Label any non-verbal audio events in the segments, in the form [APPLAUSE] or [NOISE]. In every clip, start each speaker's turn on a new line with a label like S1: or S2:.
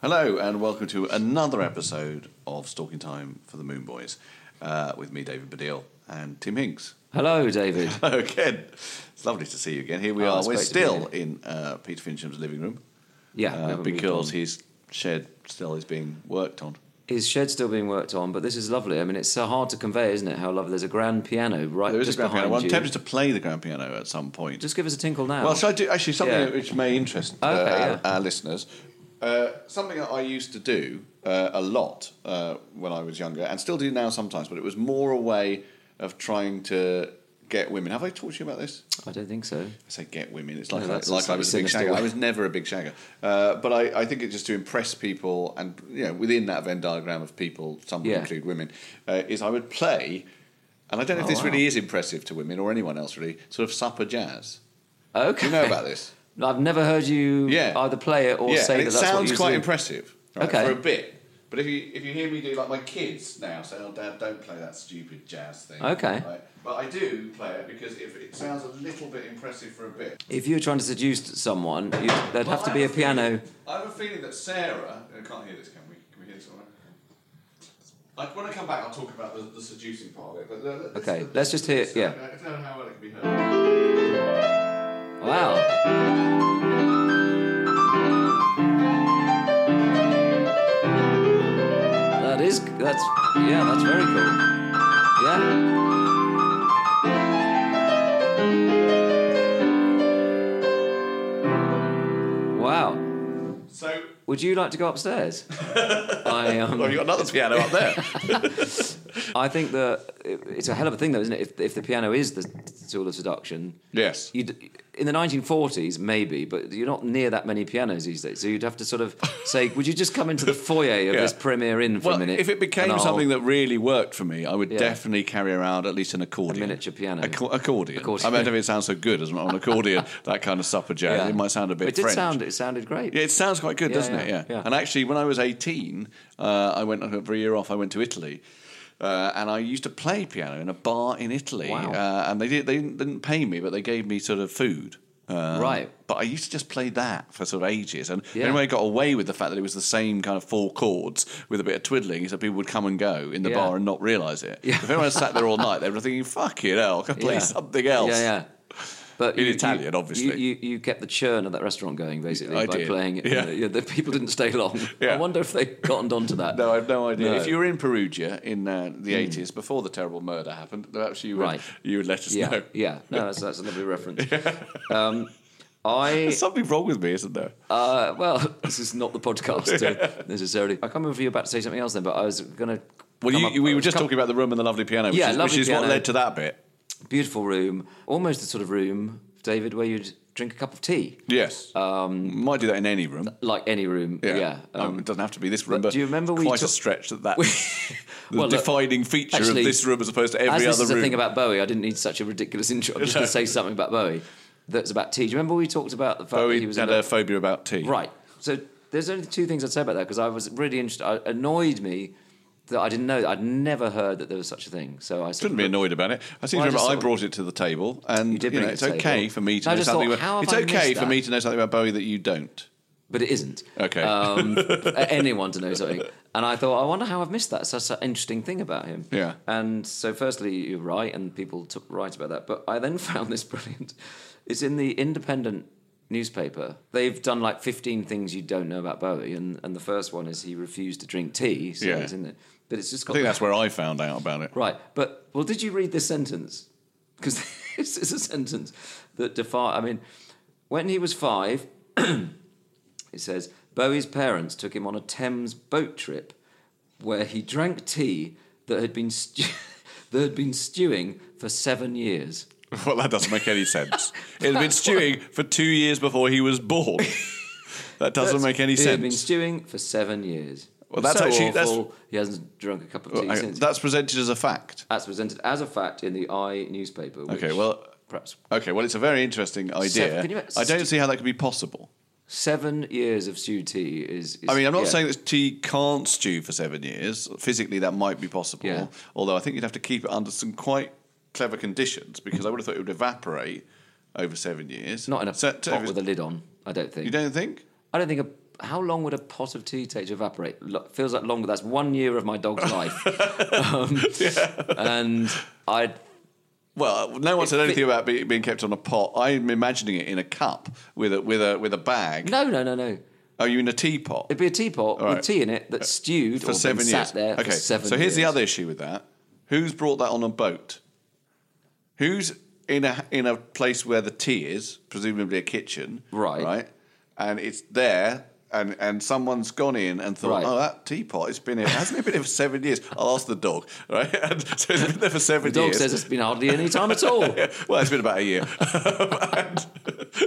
S1: Hello, and welcome to another episode of Stalking Time for the Moon Boys uh, with me, David Baddiel, and Tim Hinks. [LAUGHS]
S2: Hello, David.
S1: Hello again. It's lovely to see you again. Here we
S2: Oh,
S1: are.
S2: it's
S1: We're
S2: great to
S1: still
S2: be
S1: in uh, Peter Fincham's living room
S2: Yeah,
S1: uh,
S2: never moved
S1: because
S2: on.
S1: his shed still is being worked on.
S2: his shed's still being worked on, but this is lovely. I mean, it's so hard to convey, isn't it? How lovely. There's a grand piano right
S1: There is
S2: just
S1: a grand
S2: behind
S1: piano. Well, I'm
S2: you.
S1: tempted to play the grand piano at some point.
S2: Just give us a tinkle now.
S1: well, shall I do actually something
S2: Um, Yeah.
S1: which may interest uh,
S2: Okay,
S1: our,
S2: yeah.
S1: our listeners? Uh, something that I used to do uh, a lot uh, when I was younger, and still do now sometimes, but it was more a way of trying to get women. Have I talked to you about this?
S2: I don't think so.
S1: I say get women. It's like,
S2: No, that's
S1: I, like I was a big
S2: sinister
S1: shagger.
S2: way.
S1: I was never a big shagger. Uh, but I, I think it's just to impress people and, you know, within that Venn diagram of people, some would
S2: Yeah.
S1: include women, uh, is I would play, and I don't know if
S2: Oh,
S1: this really is impressive to women or anyone else really, sort of supper jazz.
S2: Okay.
S1: Do you know about this?
S2: [LAUGHS] I've never heard you
S1: Yeah.
S2: either play it or
S1: yeah,
S2: say
S1: and
S2: that
S1: it
S2: that's what
S1: sounds
S2: you
S1: quite
S2: do.
S1: impressive right,
S2: Okay.
S1: for a bit. But if you if you hear me do like my kids now say, "Oh, Dad, don't play that stupid jazz thing,"
S2: Okay.
S1: Right? But I do play it because if it sounds a little bit impressive for a bit,
S2: If you were trying to seduce someone, you'd, there'd
S1: Well,
S2: have to
S1: I
S2: be a
S1: have feeling-
S2: piano.
S1: I have a feeling that Sarah. I can't hear this. Can we? Can we hear this? All right. I, when I come back, I'll talk about the, the seducing part of it. But let- let's-
S2: Okay, let's just hear- yeah.
S1: I don't know how well it can be heard.
S2: Wow. That is. That's. Yeah, that's very cool. Yeah. Wow. [LAUGHS]
S1: So,
S2: Would you like to go
S1: [LAUGHS]
S2: upstairs? I um,
S1: well, you got another piano up [LAUGHS] there.
S2: I think that it- it's a hell of a thing, though, isn't it? If, if the piano is the tool of seduction,
S1: yes.
S2: you'd in the 1940s maybe, but you're not near that many pianos these days. So you'd have to sort of say,
S1: [LAUGHS]
S2: "Would you just come into the foyer of
S1: Yeah.
S2: this Premier Inn for
S1: Well,
S2: a minute?"
S1: if it became something that really worked for me, I would
S2: Yeah.
S1: definitely carry around at least an accordion.
S2: miniature piano.
S1: Acco- accordion.
S2: Accordion.
S1: I mean, I don't know if it sounds so
S2: [LAUGHS]
S1: good as an on accordion, that kind of supper jazz. It might sound a bit
S2: It did
S1: French.
S2: sound. It sounded great.
S1: Yeah, it sounds quite good,
S2: Yeah,
S1: doesn't
S2: yeah,
S1: it? Yeah.
S2: yeah.
S1: And actually, when I was 18, uh, I went for a year off. I went to Italy. Uh, and I used to play piano in a bar in Italy,
S2: Wow.
S1: uh, and they did, they didn't- didn't pay me, but they gave me sort of food. Um,
S2: Right.
S1: But I used to just play that for sort of ages, and
S2: Yeah.
S1: anyway, I got away with the fact that it was the same kind of four chords with a bit of twiddling, so people would come and go in the
S2: Yeah.
S1: bar and not realise it. If everyone sat there all night, they were thinking, "Fucking hell, I can play
S2: Yeah.
S1: something else."
S2: Yeah, yeah. But
S1: In Italian, obviously.
S2: You, you, you kept the churn of that restaurant going, basically,
S1: I
S2: by
S1: did.
S2: playing it.
S1: Yeah.
S2: Yeah, the people didn't stay long.
S1: Yeah.
S2: I wonder if they cottoned onto that.
S1: No, I have no idea.
S2: No. Hmm.
S1: If you were in Perugia in uh, the eighties, before the terrible murder happened, perhaps you would
S2: Right.
S1: you would let us
S2: yeah,
S1: know.
S2: yeah.
S1: [LAUGHS]
S2: No, that's, that's a lovely reference. Um, I
S1: There's something wrong with me, isn't there?
S2: Uh, well, [LAUGHS] this is not the podcast
S1: [LAUGHS]
S2: to necessarily. I can't remember if you were about to say something else then, but I was going to.
S1: well, you, we were just talking about the room and the lovely piano, which
S2: uh, Yeah,
S1: is,
S2: lovely
S1: which is what
S2: piano.
S1: led to that bit.
S2: beautiful room, almost the sort of room, David, where you'd drink a cup of tea,
S1: Yes, um, might do that in any room.
S2: like any room. Yeah. [LAUGHS]
S1: Um, it doesn't have to be this room.
S2: but
S1: But
S2: do you remember we
S1: quite a
S2: took-
S1: stretch
S2: [LAUGHS]
S1: that that the
S2: Well, look,
S1: defining feature
S2: actually,
S1: of this room as opposed to every
S2: As this
S1: other
S2: is
S1: room?
S2: the thing about Bowie, I didn't need such a ridiculous intro. I'm just
S1: [LAUGHS]
S2: going to say something about Bowie. That's about tea. Do you remember we talked about the fact that
S1: Bowie
S2: he was
S1: had
S2: in
S1: a phobia about tea.
S2: Right. So there's only two things I'd say about that because I was really interested. I, annoyed me that I didn't know. that. I'd never heard that there was such a thing. So I
S1: Shouldn't be annoyed about it. I seem
S2: Well, I
S1: to
S2: just
S1: remember I
S2: thought-
S1: brought it to the table, and
S2: You did
S1: you
S2: bring
S1: know,
S2: it
S1: it's
S2: to the
S1: okay
S2: table.
S1: for me to
S2: I
S1: know
S2: just
S1: something.
S2: thought,
S1: about-
S2: how have
S1: it's
S2: I
S1: okay
S2: missed
S1: for me
S2: that?
S1: to know something about Bowie that you don't.
S2: but it isn't.
S1: Okay. [LAUGHS]
S2: Um, for anyone to know something. And I thought, I wonder how I've missed that. It's such an interesting thing about him.
S1: Yeah.
S2: And so, firstly, you're [LAUGHS] right, and people took right about that. But I then found this brilliant. It's in the Independent newspaper. They've done like 15 things you don't know about Bowie, and, and the first one is he refused to drink tea. So
S1: Yeah.
S2: it's in it. But it's just
S1: I
S2: got
S1: think that's where I found out about it.
S2: Right. But, well, did you read this sentence? Because [LAUGHS] this is a sentence that defies. I mean, when he was five, [CLEARS THROAT] it says Bowie's parents took him on a Thames boat trip where he drank tea that had been stew- [LAUGHS] that had been stewing for seven years.
S1: [LAUGHS] Well, that doesn't make
S2: [LAUGHS]
S1: any sense. It had been stewing for two years before he was born. That doesn't make any
S2: it had been
S1: sense.
S2: stewing for seven years.
S1: Well, that's
S2: So
S1: actually- that's-
S2: awful. he hasn't drunk a cup of tea
S1: Well, hang on,
S2: since.
S1: That's presented as a fact.
S2: That's presented as a fact in the I newspaper. Which
S1: Okay, well-
S2: perhaps
S1: Okay, well, it's a very interesting idea.
S2: can you-
S1: I don't see how that could be possible.
S2: seven years of stew tea is. is
S1: I mean, I'm not
S2: yeah.
S1: saying that tea can't stew for seven years. Physically, that might be possible.
S2: Yeah.
S1: Although I think you'd have to keep it under some quite clever conditions because I would have thought it would evaporate over seven years.
S2: Not in a
S1: So- so if
S2: pot
S1: it's-
S2: with a lid on. I don't think.
S1: You don't think?
S2: I don't think. A, how long would a pot of tea take to evaporate? Lo- feels like longer. That's one year of my dog's
S1: [LAUGHS]
S2: life. um, And I.
S1: Well, no one said
S2: If it-
S1: anything about be, being kept on a pot. I'm imagining it in a cup with a with a with a bag.
S2: No, no, no, no.
S1: Are you in a teapot?
S2: It'd be a teapot
S1: right. Uh,
S2: with tea in it that's stewed
S1: for
S2: or
S1: seven
S2: been
S1: years.
S2: sat there
S1: okay.
S2: for seven
S1: so here's the
S2: years.
S1: other issue with that: who's brought that on a boat? Who's in a in a place where the tea is, presumably a kitchen,
S2: Right.
S1: Right, and it's there. And, and someone's gone in and thought,
S2: Right.
S1: oh, that teapot, it's been here, hasn't it been here for seven years? [LAUGHS] I'll ask the dog, right? [LAUGHS] And so it's been there for seven
S2: The dog
S1: years.
S2: says
S1: [LAUGHS]
S2: it's been hardly any time at all.
S1: well, it's been about a year. [LAUGHS] and,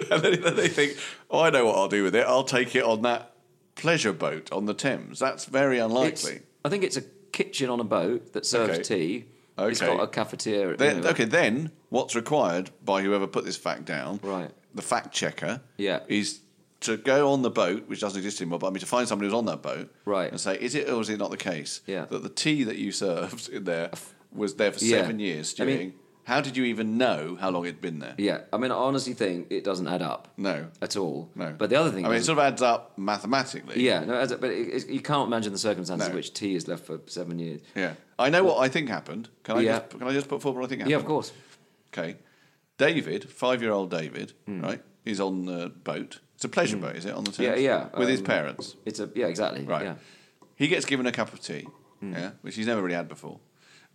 S1: and then, then they think, oh, I know what I'll do with it. I'll take it on that pleasure boat on the Thames. That's very
S2: It's-
S1: unlikely.
S2: I think it's a kitchen on a boat that serves
S1: Okay.
S2: tea. It's
S1: Okay.
S2: got a cafeteria.
S1: Then,
S2: you know.
S1: Okay, then what's required by whoever put this fact down,
S2: Right.
S1: the fact checker,
S2: Yeah.
S1: is to go on the boat, which doesn't exist anymore, but I mean to find somebody who's on that boat
S2: Right.
S1: and say, is it or is it not the case
S2: Yeah.
S1: that the tea that you served in there was there for
S2: Yeah.
S1: seven years
S2: I
S1: stewing?
S2: mean-
S1: how did you even know how long it'd been there?
S2: Yeah, I mean, I honestly think it doesn't add up.
S1: No.
S2: At all.
S1: No.
S2: But the other thing
S1: I mean, it
S2: is,
S1: sort of adds up mathematically.
S2: yeah, no, as a- but it, it, you can't imagine the circumstances
S1: No.
S2: in which tea is left for seven years.
S1: Yeah. I know what I think happened. Can I
S2: Yeah.
S1: just can I just put forward what I think happened?
S2: Yeah, of course.
S1: Okay. David, five year old David, right, is on the boat. It's a pleasure boat, is it? On the Thames?
S2: Hmm. Yeah, yeah.
S1: With his
S2: Um,
S1: parents.
S2: It's a yeah, exactly.
S1: Right.
S2: Yeah. Hmm.
S1: He gets given a cup of tea, yeah, which he's never really had before.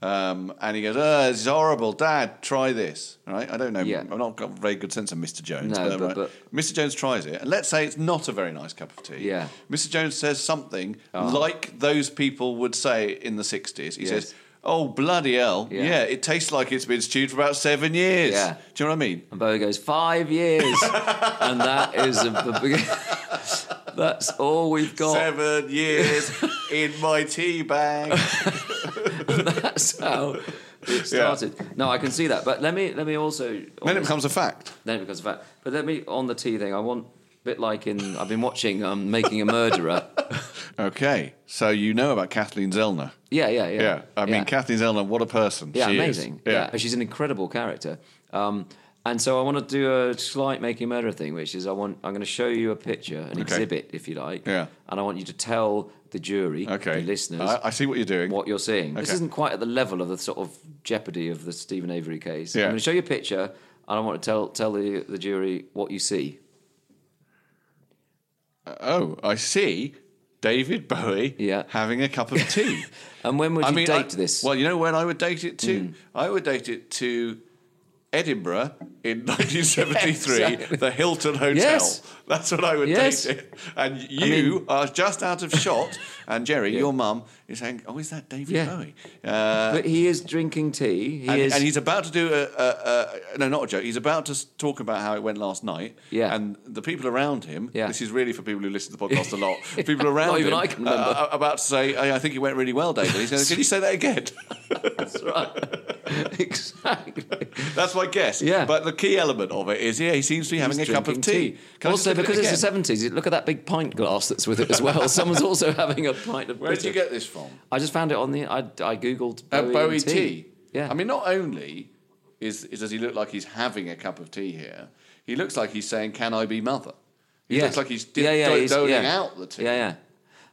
S1: Um, and he goes, oh, this is horrible. Dad, try this. All right? I don't know.
S2: Yeah.
S1: I've not got a very good sense of Mr. Jones.
S2: No, but- but-
S1: Mr. Jones tries it. And let's say it's not a very nice cup of tea.
S2: Yeah. Oh.
S1: Mr. Jones says something like those people would say in the 60s. He
S2: Yes.
S1: says, oh, bloody hell. Yeah.
S2: Yeah.
S1: it tastes like it's been stewed for about seven years.
S2: Yeah.
S1: Do you know what I mean?
S2: And Bowie goes five
S1: [LAUGHS]
S2: years, and that is a, the big, [LAUGHS] that's all we've got.
S1: Seven
S2: [LAUGHS]
S1: years in my tea bag.
S2: That's
S1: [LAUGHS]
S2: how it started. No, I can see that. But let me let me also
S1: then it becomes a fact.
S2: then it becomes a fact. But let me on the tea thing. I want a bit like in I've been watching um, Making a
S1: [LAUGHS]
S2: Murderer.
S1: Okay, so you know about Kathleen Zellner.
S2: Yeah, yeah, yeah.
S1: Yeah, I mean, Kathleen Zellner, what a person.
S2: Yeah,
S1: she is.
S2: amazing. Yeah. she's an incredible character. Um, and so I want to do a slight making a murderer thing, which is I want I'm going to show you a picture, an exhibit, if you like.
S1: Yeah.
S2: And I want you to tell the jury,
S1: Okay.
S2: the listeners,
S1: I, I see what you're doing.
S2: what you're seeing. This
S1: Okay.
S2: isn't quite at the level of the sort of jeopardy of the Stephen Avery case.
S1: Yeah.
S2: I'm going to show you a picture, and I want to tell tell the, the jury what you see.
S1: Oh, I see David Bowie
S2: Yeah.
S1: having a
S2: [LAUGHS]
S1: cup of tea.
S2: And when would
S1: I
S2: you
S1: mean,
S2: date
S1: I-
S2: this? Hmm.
S1: Well, you know when I would date it to? I would date it to Edinburgh
S2: [LAUGHS]
S1: in 1973,
S2: exactly.
S1: the Hilton Hotel.
S2: Yes.
S1: That's what I would
S2: Yes.
S1: date it. And you are just out of shot, and
S2: [LAUGHS]
S1: Jerry, your mum, is saying, "Oh, is that David
S2: Yeah.
S1: Bowie?" Uh,
S2: but he is drinking tea. He
S1: and,
S2: is.
S1: and he's about to do a, a, a no, not a joke. He's about to s- talk about how it went last night.
S2: Yeah.
S1: And the people around him.
S2: Yeah.
S1: This is really for people who listen to the podcast a
S2: [LAUGHS]
S1: lot. People around
S2: Not
S1: him
S2: even I can remember.
S1: are- are about to say, "Hey, I think it went really well, David. He's going, Can you say that again?
S2: [LAUGHS]
S1: [LAUGHS]
S2: That's right. exactly.
S1: That's my guess.
S2: Yeah.
S1: But the key element of it is, yeah, he seems to be having a
S2: He's
S1: cup of
S2: drinking
S1: tea. Can I just
S2: Also,
S1: look at it
S2: because it's the
S1: again?
S2: seventies, look at that big pint glass that's with it as well.
S1: [LAUGHS]
S2: Someone's also having a pint of.
S1: Where did
S2: bitter.
S1: you get this from?
S2: I just found it on the. I, I googled
S1: Uh,
S2: Bowie,
S1: Bowie
S2: and
S1: tea.
S2: tea. Yeah,
S1: I mean, not only is, is does he look like he's having a cup of tea here, he looks like he's saying, "Can I be mother?" He
S2: yeah.
S1: looks like he's, di- do- doling out the tea.
S2: Yeah, yeah.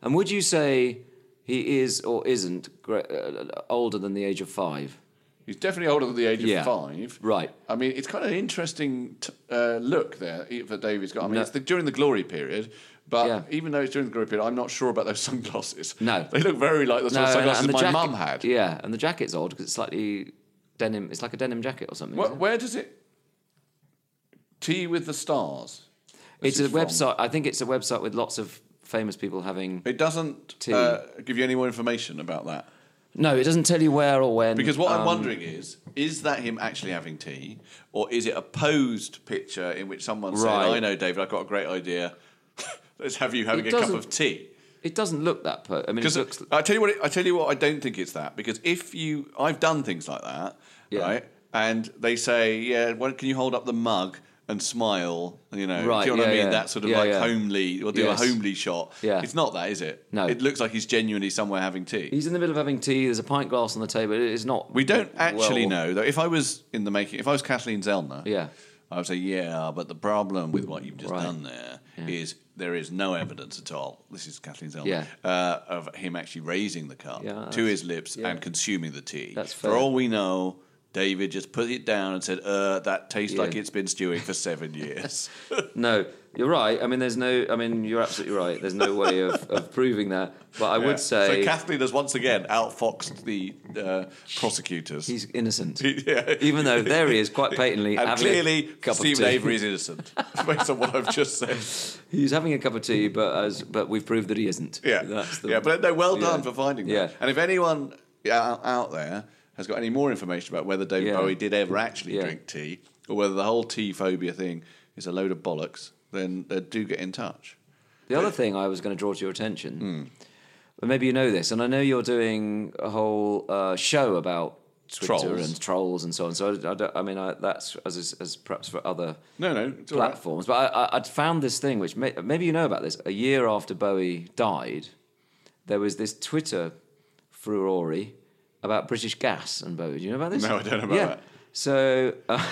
S2: And would you say he is or isn't gre- uh, older than the age of five?
S1: He's definitely older than the age
S2: Yeah.
S1: of five.
S2: Right.
S1: I mean, it's kind of an interesting t- uh, look there e- that David's got. I mean,
S2: No.
S1: it's the, during the glory period, but
S2: Yeah.
S1: even though it's during the glory period, I'm not sure about those [LAUGHS] sunglasses.
S2: No.
S1: They look very like the sort of sunglasses my
S2: jacket-
S1: mum had.
S2: Yeah, and the jacket's odd because it's slightly denim. It's like a denim jacket or something.
S1: Wh-
S2: isn't it?
S1: where does it. Tea with the Stars.
S2: it's a
S1: is from?
S2: website. I think it's a website with lots of famous people having.
S1: It doesn't
S2: Tea.
S1: Uh, give you any more information about that.
S2: No, it doesn't tell you where or when.
S1: Because what I'm
S2: um,
S1: wondering is, is that him actually having tea, or is it a posed picture in which someone said,
S2: Right.
S1: "I know, David, I've got a great idea. [LAUGHS] Let's have you having
S2: It
S1: a cup
S2: doesn't-
S1: of tea."
S2: It doesn't look that. Per- I mean, it
S1: Because uh,
S2: looks.
S1: I tell you what, I tell you what, I don't think it's that. Because if you, I've done things like that,
S2: Yeah.
S1: right? And they say, "Yeah, well, can you hold up the mug?" And smile, you know,
S2: Right,
S1: do you know what
S2: yeah,
S1: I mean?
S2: yeah.
S1: That sort of
S2: Yeah,
S1: like
S2: yeah.
S1: homely, or do
S2: Yes.
S1: a homely shot.
S2: Yeah.
S1: It's not that, is it?
S2: No.
S1: It looks like he's genuinely somewhere having tea.
S2: He's in the middle of having tea. There's a pint glass on the table. It's not.
S1: We don't actually
S2: well-
S1: know though. If I was in the making, if I was Kathleen Zellner,
S2: Yeah.
S1: I would say yeah. But the problem with what you've just
S2: Right.
S1: done there is there is no evidence at all. This is Kathleen Zellner
S2: Yeah.
S1: uh, of him actually raising the cup
S2: Yeah,
S1: to
S2: that's-
S1: his lips and consuming the tea.
S2: That's
S1: For
S2: fair.
S1: all we know, David just put it down and said, "Uh, that tastes
S2: Yeah.
S1: like it's been stewing for seven years."
S2: No, you're right. I mean, there's no. I mean, you're absolutely right. There's no way of, of proving that. But [LAUGHS] I
S1: Yeah.
S2: would say
S1: so. Kathleen has once again outfoxed the uh, prosecutors.
S2: he's innocent.
S1: [LAUGHS] Yeah.
S2: Even though there he is, quite
S1: [LAUGHS]
S2: patently
S1: and
S2: having a
S1: clearly,
S2: cup of
S1: Stephen
S2: tea.
S1: Avery is innocent, [LAUGHS] based on what I've just said.
S2: [LAUGHS] He's having a cup of tea, but as but we've proved that he isn't.
S1: Yeah,
S2: that's the,
S1: yeah. But no, well done
S2: yeah.
S1: for finding that.
S2: Yeah.
S1: And if anyone out, out there has got any more information about whether David
S2: Yeah.
S1: Bowie did ever actually
S2: Yeah.
S1: drink tea, or whether the whole tea phobia thing is a load of bollocks, then uh, do get in touch.
S2: The other thing I was going to draw to your attention, but maybe you know this, and I know you're doing a whole uh, show about Twitter
S1: Trolls.
S2: and trolls and so on. So I, I don't- I mean, I, that's as is- as perhaps for other
S1: No, no, it's all right.
S2: platforms. But I, I, I'd found this thing, which may, maybe you know about this. A year after Bowie died, there was this Twitter furore about British Gas and Bowie. Do you know about this?
S1: No, I don't know about
S2: yeah.
S1: that.
S2: So,
S1: [LAUGHS]
S2: uh,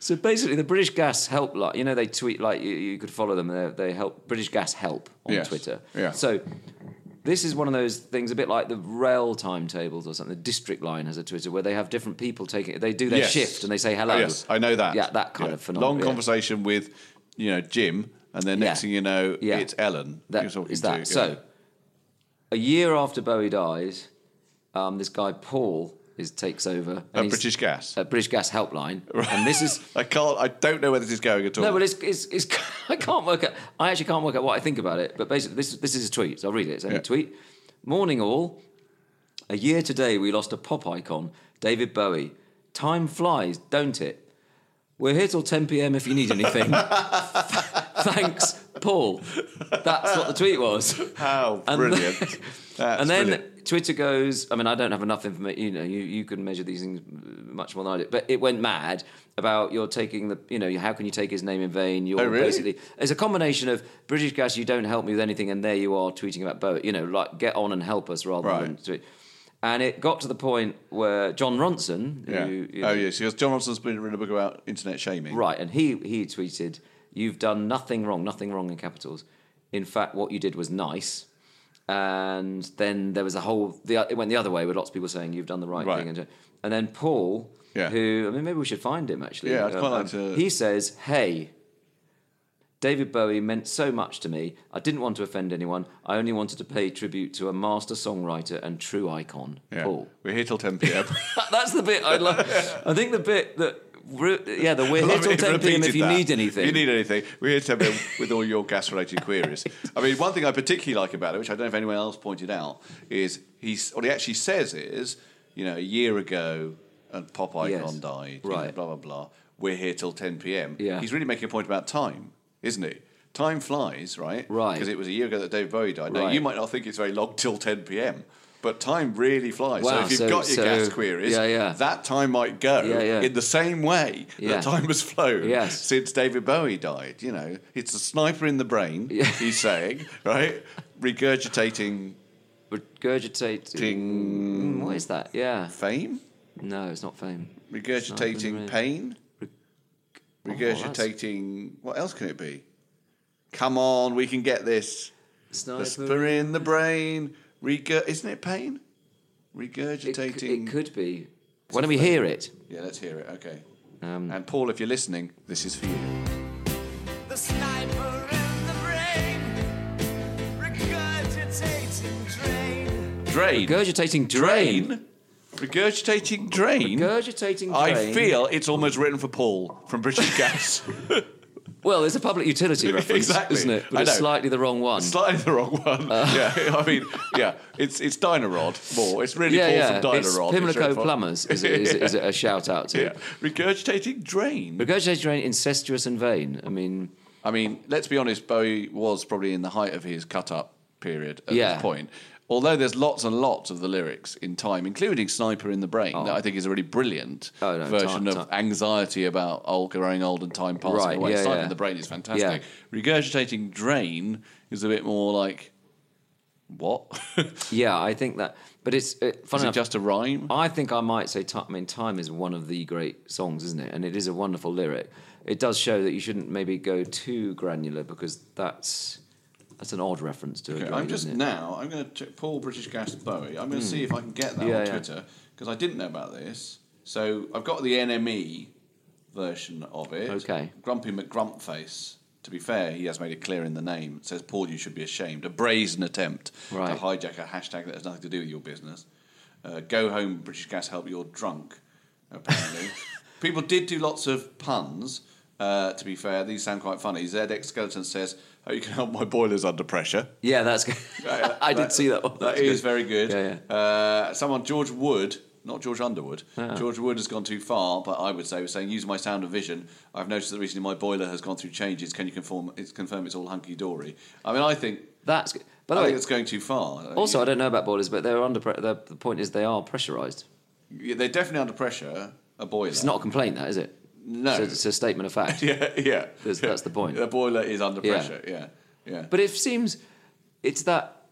S2: so basically, the British Gas help like you know they tweet like you, you could follow them. They, they help British Gas help on
S1: Yes.
S2: Twitter.
S1: Yeah.
S2: So this is one of those things, a bit like the rail timetables or something. The District Line has a Twitter where they have different people taking. They do their
S1: Yes.
S2: shift and they say hello.
S1: Oh, yes, I know that.
S2: Yeah, that kind
S1: Yeah.
S2: of phenomenon.
S1: Long
S2: yeah.
S1: conversation with, you know, Jim, and then next
S2: Yeah.
S1: thing you know,
S2: Yeah.
S1: it's Ellen
S2: That
S1: you're talking
S2: is that.
S1: to.
S2: So, a year after Bowie dies, um, this guy Paul is takes over and
S1: At
S2: he's-
S1: British Gas?
S2: at British Gas
S1: [LAUGHS]
S2: Helpline, and this is
S1: I can't. I don't know where this is going at all.
S2: no, but it's, it's, it's [LAUGHS] I can't work out. I actually can't work out what I think about it. But basically, this this is a tweet. So I'll read it. It's only a
S1: Yeah.
S2: tweet. Morning all. A year today, we lost a pop icon, David Bowie. Time flies, don't it? We're here till 10 p.m. if you need
S1: [LAUGHS]
S2: anything. Thanks, Paul. That's what the tweet
S1: [LAUGHS]
S2: was.
S1: How
S2: And- [LAUGHS]
S1: brilliant! That's
S2: and then
S1: brilliant.
S2: Twitter goes. I mean, I don't have enough information. You know, you, you can measure these things much more than I do. But it went mad about you're taking the. You know, how can you take his name in vain? You're
S1: Oh, really?
S2: basically it's a combination of British Gas. You don't help me with anything, and there you are tweeting about Bowie. You know, like get on and help us rather
S1: Right.
S2: than. Tweet. And it got to the point where John Ronson, who,
S1: Yeah.
S2: you
S1: oh
S2: know,
S1: yes, because John Robson's been written a book about internet shaming.
S2: Right, and he he tweeted, "You've done nothing wrong, nothing wrong in capitals. In fact, what you did was nice." And then there was a whole the it went the other way with lots of people saying you've done the right,
S1: Right.
S2: thing, and and then Paul,
S1: Yeah.
S2: who I mean maybe we should find him actually. Um,
S1: Yeah, I'd quite like to-
S2: He says, "Hey." David Bowie meant so much to me. I didn't want to offend anyone. I only wanted to pay tribute to a master songwriter and true icon,
S1: Yeah.
S2: Paul.
S1: We're here till
S2: [LAUGHS]
S1: 10 p.m.
S2: That's the bit I love. I think the bit that re- yeah, the we're here
S1: Love
S2: till
S1: it,
S2: 10 p.m. if
S1: repeated
S2: you
S1: that.
S2: need anything.
S1: If you need anything, we're here till 10 p.m. with all your gas related queries. I mean, one thing I particularly like about it, which I don't know if anyone else pointed out, is he's what he actually says is, you know, a year ago, and pop icon
S2: Yes.
S1: died, you
S2: Right.
S1: know, blah blah blah. We're here till 10 p.m.
S2: Yeah.
S1: he's really making a point about time, isn't he? Time flies, right?
S2: Right.
S1: Because it was a year ago that David Bowie died. Now
S2: Right.
S1: you might not think it's very long till 10 p.m. But time really flies. so
S2: Wow,
S1: if you've
S2: so-
S1: got your
S2: so-
S1: gas queries,
S2: yeah, yeah.
S1: that time might go
S2: Yeah, yeah.
S1: in the same way
S2: Yeah.
S1: that time has flown
S2: Yes.
S1: since David Bowie died. You know, it's a sniper in the brain, he's
S2: [LAUGHS]
S1: saying, right? Regurgitating
S2: Regurgitating. Mm, What is that? Yeah.
S1: fame?
S2: No, it's not fame.
S1: Regurgitating pain?
S2: oh,
S1: Regurgitating. what else can it be? Come on, we can get this. The
S2: Sniper.
S1: spur in the brain. Regur- isn't it pain?
S2: It, c-
S1: Regurgitating.
S2: it could be. Why don't we hear it?
S1: Yeah, let's hear it. Okay.
S2: Um.
S1: and Paul, if you're listening, this is for you.
S3: The sniper in the brain, regurgitating drain.
S1: Drain.
S2: Regurgitating drain.
S1: drain. Regurgitating drain.
S2: Regurgitating drain.
S1: I feel it's almost written for Paul from British
S2: [LAUGHS]
S1: Gas.
S2: Well, it's a public
S1: [LAUGHS]
S2: utility reference,
S1: Exactly.
S2: isn't it?
S1: I
S2: But it's
S1: know.
S2: slightly the wrong one.
S1: Slightly the wrong one.
S2: Uh.
S1: yeah, I mean, yeah, it's it's Dynarod more. It's really
S2: yeah,
S1: Paul
S2: yeah.
S1: from Dynarod.
S2: it's
S1: it's written
S2: Pimlico
S1: for-
S2: Plumbers.
S1: [LAUGHS]
S2: Is, it, is, it- is it a shout out to?
S1: Yeah. Regurgitating drain.
S2: Regurgitating drain, incestuous and vain. I mean,
S1: I mean, let's be honest, Bowie was probably in the height of his cut up period at
S2: Yeah.
S1: this point. Although there's lots and lots of the lyrics in time, including Sniper in the Brain, that I think is a really brilliant
S2: Oh, no,
S1: version
S2: Time-
S1: of
S2: Time-
S1: anxiety about old growing old and time passing
S2: Right,
S1: away.
S2: yeah,
S1: Sniper
S2: yeah.
S1: in the Brain is fantastic. Regurgitating Drain is a bit more like, what? [LAUGHS] is
S2: yeah, I think that. But it's it, fun
S1: it
S2: enough.
S1: just a rhyme?
S2: I think I might say, time, I mean, time is one of the great songs, isn't it? And it is a wonderful lyric. It does show that you shouldn't maybe go too granular because that's that's an odd reference to it. Hmm.
S1: Okay, I'm just now. I'm going to check Paul British Gas Bowie. I'm going to see if I can get that
S2: Yeah,
S1: on
S2: yeah.
S1: Twitter because I didn't know about this. So I've got the NME version of it.
S2: Okay.
S1: Grumpy McGrumpface. To be fair, he has made it clear in the name. It says Paul, you should be ashamed. A brazen attempt
S2: Right.
S1: to hijack a hashtag that has nothing to do with your business. Uh, go home, British Gas. Help you're drunk.
S2: [LAUGHS]
S1: Apparently, people did do lots of puns. Uh, to be fair, these sound quite funny. ZX Skeleton says, "Hope you can help my boilers under pressure."
S2: Yeah, that's good. [LAUGHS] I did see that one.
S1: That
S2: That's
S1: is
S2: good.
S1: very good.
S2: Yeah,
S1: Uh, someone, George Wood, not George Underwood. George Wood has gone too far, but I would say was saying, use my sound of vision. I've noticed that recently my boiler has gone through changes. Can you conform, it's, confirm it's all hunky dory? I mean, I think
S2: That's good. By
S1: I
S2: the
S1: think
S2: way,
S1: it's going too far.
S2: also, I don't know about boilers, but they're under. Pre- the, the point is, they are pressurized.
S1: Yeah, they're definitely under pressure. A boiler.
S2: It's not a complaint, that is it?
S1: No.
S2: So it's a statement of fact.
S1: [LAUGHS] yeah, yeah.
S2: That's- that's the point.
S1: The boiler is under
S2: Yeah.
S1: pressure. Yeah, yeah.
S2: But it seems it's that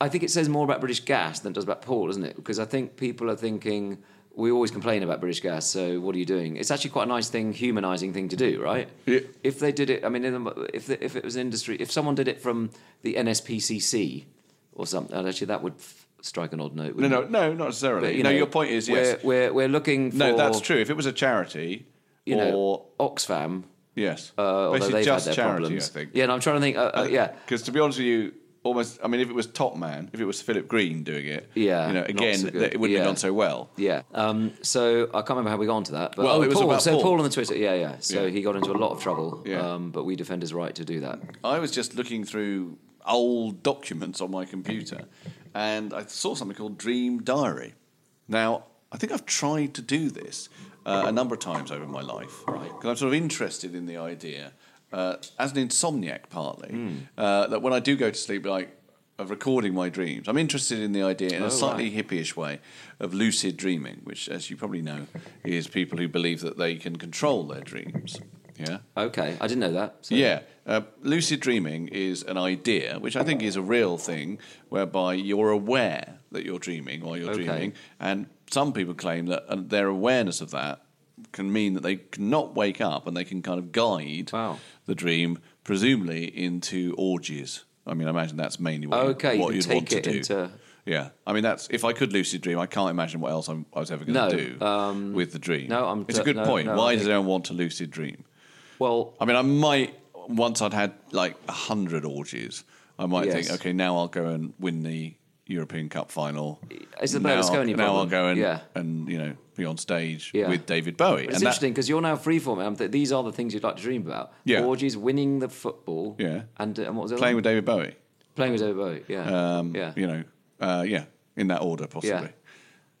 S2: I think it says more about British gas than it does about Paul, doesn't it? Because I think people are thinking we always complain about British gas, so what are you doing? It's actually quite a nice thing, humanising thing to do, right?
S1: Yeah.
S2: If they did it, I mean, in the- if the, if it was industry, if someone did it from the NSPCC or something, and actually that would f- strike an odd note.
S1: no,
S2: wouldn't
S1: no,
S2: it?
S1: no, not necessarily.
S2: But, you
S1: no,
S2: know,
S1: your point is yes.
S2: We're we're, we're looking for
S1: No, that's true. If it was a charity,
S2: You
S1: or
S2: know, Oxfam.
S1: yes,
S2: Uh, although
S1: Basically
S2: they've
S1: just
S2: had their
S1: charity,
S2: problems.
S1: I think.
S2: Yeah, and I'm trying to think. Uh, uh, yeah,
S1: Because to be honest with you, almost. I mean, if it was Top Man, if it was Philip Green doing it,
S2: Yeah,
S1: you know,
S2: not
S1: again,
S2: so
S1: th-
S2: good.
S1: it wouldn't
S2: Yeah.
S1: have done so well.
S2: Yeah. Um, so I can't remember how we got onto that. But,
S1: Well,
S2: oh,
S1: it was
S2: Paul.
S1: about
S2: so
S1: Paul.
S2: Paul. on the Twitter. Yeah, yeah. So
S1: Yeah.
S2: he got into a lot of trouble.
S1: Yeah.
S2: Um, but we defend his right to do that.
S1: I was just looking through old documents on my computer, and I saw something called Dream Diary. Now, I think I've tried to do this uh, a number of times over my life, right? Because I'm sort of interested in the idea, uh, as an insomniac partly, uh, that when I do go to sleep, like of recording my dreams. I'm interested in the idea in a slightly hippyish way of lucid dreaming, which, as you probably know, is people who believe that they can control their dreams. Yeah.
S2: Okay. I didn't know that. So.
S1: Yeah, uh, lucid dreaming is an idea, which I think is a real thing, whereby you're aware that you're dreaming while you're
S2: Okay.
S1: dreaming, and some people claim that uh, their awareness of that can mean that they cannot wake up and they can kind of guide
S2: Wow.
S1: the dream, presumably into orgies. I mean, I imagine that's mainly what,
S2: Okay, you
S1: what
S2: can
S1: you'd
S2: take
S1: want to
S2: it
S1: do.
S2: into-
S1: Yeah, I mean, that's if I could lucid dream, I can't imagine what else I'm, I was ever going
S2: No, um,
S1: to do with the dream.
S2: no, I'm
S1: it's a
S2: t-
S1: good
S2: no,
S1: point.
S2: no,
S1: Why
S2: I
S1: does
S2: think-
S1: anyone want to lucid dream?
S2: Well,
S1: I mean, I might once I'd had like a hundred orgies, I might
S2: Yes.
S1: think, okay, now I'll go and win the European Cup final.
S2: It's the
S1: now, I'll-
S2: Berlusconi
S1: Now I'll
S2: problem.
S1: go and
S2: Yeah.
S1: and you know be on stage
S2: Yeah.
S1: with David Bowie.
S2: it's
S1: and that-
S2: interesting because you're now freeform. and Th- these are the things you'd like to dream about.
S1: Yeah.
S2: Orgies, winning the football.
S1: Yeah.
S2: And, uh, and what was it?
S1: playing with David Bowie.
S2: playing with Oboe. Yeah.
S1: Um,
S2: yeah.
S1: You know, uh, yeah, in that order possibly.
S2: Yeah.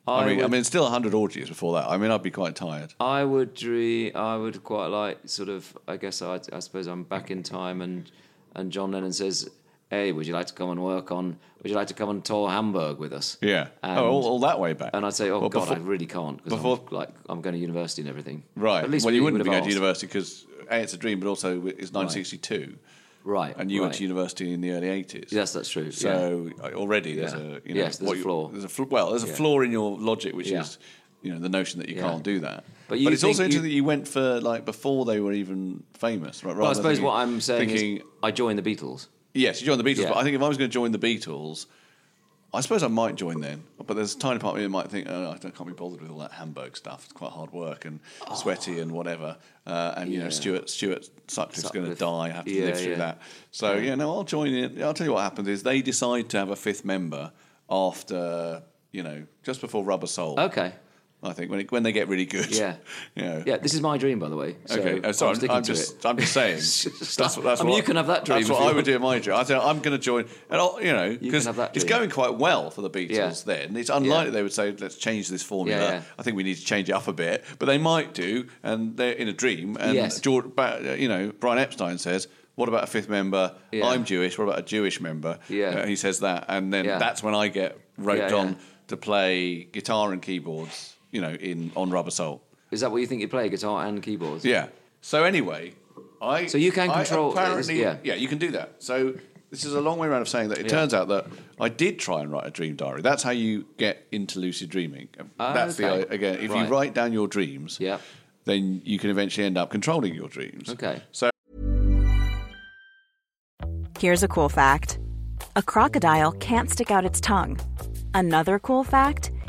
S1: I, mean, I
S2: would-
S1: mean, still hundred orgies before that. I mean, I'd be quite tired.
S2: I would dream. I would quite like sort of. I guess I, I suppose I'm back in time, and and John Lennon says, "Hey, would you like to come and work on? Would you like to come and tour Hamburg with us?"
S1: Yeah.
S2: And,
S1: oh, all, all that way back.
S2: and I'd say, "Oh
S1: Well,
S2: God, I
S1: before-
S2: really can't because
S1: before-
S2: I'm, like I'm going to university and everything."
S1: right.
S2: At least
S1: well, you
S2: we
S1: wouldn't
S2: would
S1: be
S2: have
S1: going to
S2: asked.
S1: university because a it's a dream, but also it's 1962.
S2: Right.
S1: and you
S2: right.
S1: went to university in the early 80s.
S2: Yes, that's true. yeah.
S1: So uh, already there's
S2: Yeah.
S1: a you know,
S2: Yes, there's
S1: what
S2: a
S1: you-
S2: flaw.
S1: There's a fl- well, there's a flaw in your logic, which
S2: Yeah.
S1: is you know the notion that you
S2: Yeah.
S1: can't do that.
S2: But you
S1: it's also
S2: think
S1: interesting
S2: you-
S1: that you went for like before they were even famous, right?
S2: well, I
S1: rather
S2: suppose
S1: than
S2: what I'm saying
S1: thinking,
S2: is, I joined the Beatles.
S1: yes, you joined the Beatles,
S2: Yeah.
S1: but I think if I was going to join the Beatles, I suppose I might join then, but there's a tiny part of me that might think, oh, no, I don't- can't be bothered with all that Hamburg stuff. It's quite hard work and sweaty and whatever. Uh, and you know,
S2: Oh. Yeah.
S1: Stuart Stuart Sutcliffe's going to
S2: Sutcliffe.
S1: die. I have to
S2: Yeah,
S1: live through
S2: yeah.
S1: that. So yeah. no, I'll join in. I'll tell you what happens is they decide to have a fifth member after you know just before Rubber Soul.
S2: Okay.
S1: I think when it, when they get really good.
S2: Yeah.
S1: [LAUGHS] you know.
S2: Yeah, this is my dream, by the way. So
S1: Okay, uh,
S2: I'm
S1: sorry, I'm,
S2: sticking
S1: I'm
S2: to
S1: just,
S2: it.
S1: I'm
S2: [LAUGHS]
S1: just saying.
S2: Just-
S1: that's what, that's
S2: I mean,
S1: what-
S2: you can have that dream
S1: That's
S2: if
S1: what
S2: you
S1: I would
S2: want.
S1: do in my dream. I say, I'm going to join, and I'll, you know,
S2: can
S1: because
S2: have that
S1: it's
S2: dream.
S1: going quite well for the Beatles.
S2: Yeah.
S1: Then it's unlikely they would say, let's change this formula.
S2: Yeah, yeah.
S1: I think we need to change it up a bit, but they might do, and they're in a dream. And
S2: Yes.
S1: George, ba- uh, you know, Brian Epstein says. What about a fifth member?
S2: Yeah.
S1: I'm Jewish. What about a Jewish member?
S2: Yeah.
S1: Uh, he says that, and then
S2: Yeah.
S1: that's when I get roped
S2: Yeah, yeah.
S1: on to play guitar and keyboards. You know, in on Rubber Soul.
S2: Is that what you think you play, guitar and keyboards?
S1: Yeah. So anyway, I
S2: So you can
S1: I
S2: control-
S1: apparently,
S2: yeah.
S1: you can do that. So this is a long way around of saying that it
S2: Yeah.
S1: turns out that I did try and write a dream diary. That's how you get into lucid dreaming.
S2: Ah,
S1: That's
S2: okay.
S1: the again. If
S2: Right.
S1: you write down your dreams,
S2: Yeah.
S1: then you can eventually end up controlling your dreams.
S2: Okay.
S1: So
S4: Here's a cool fact a crocodile can't stick out its tongue. Another cool fact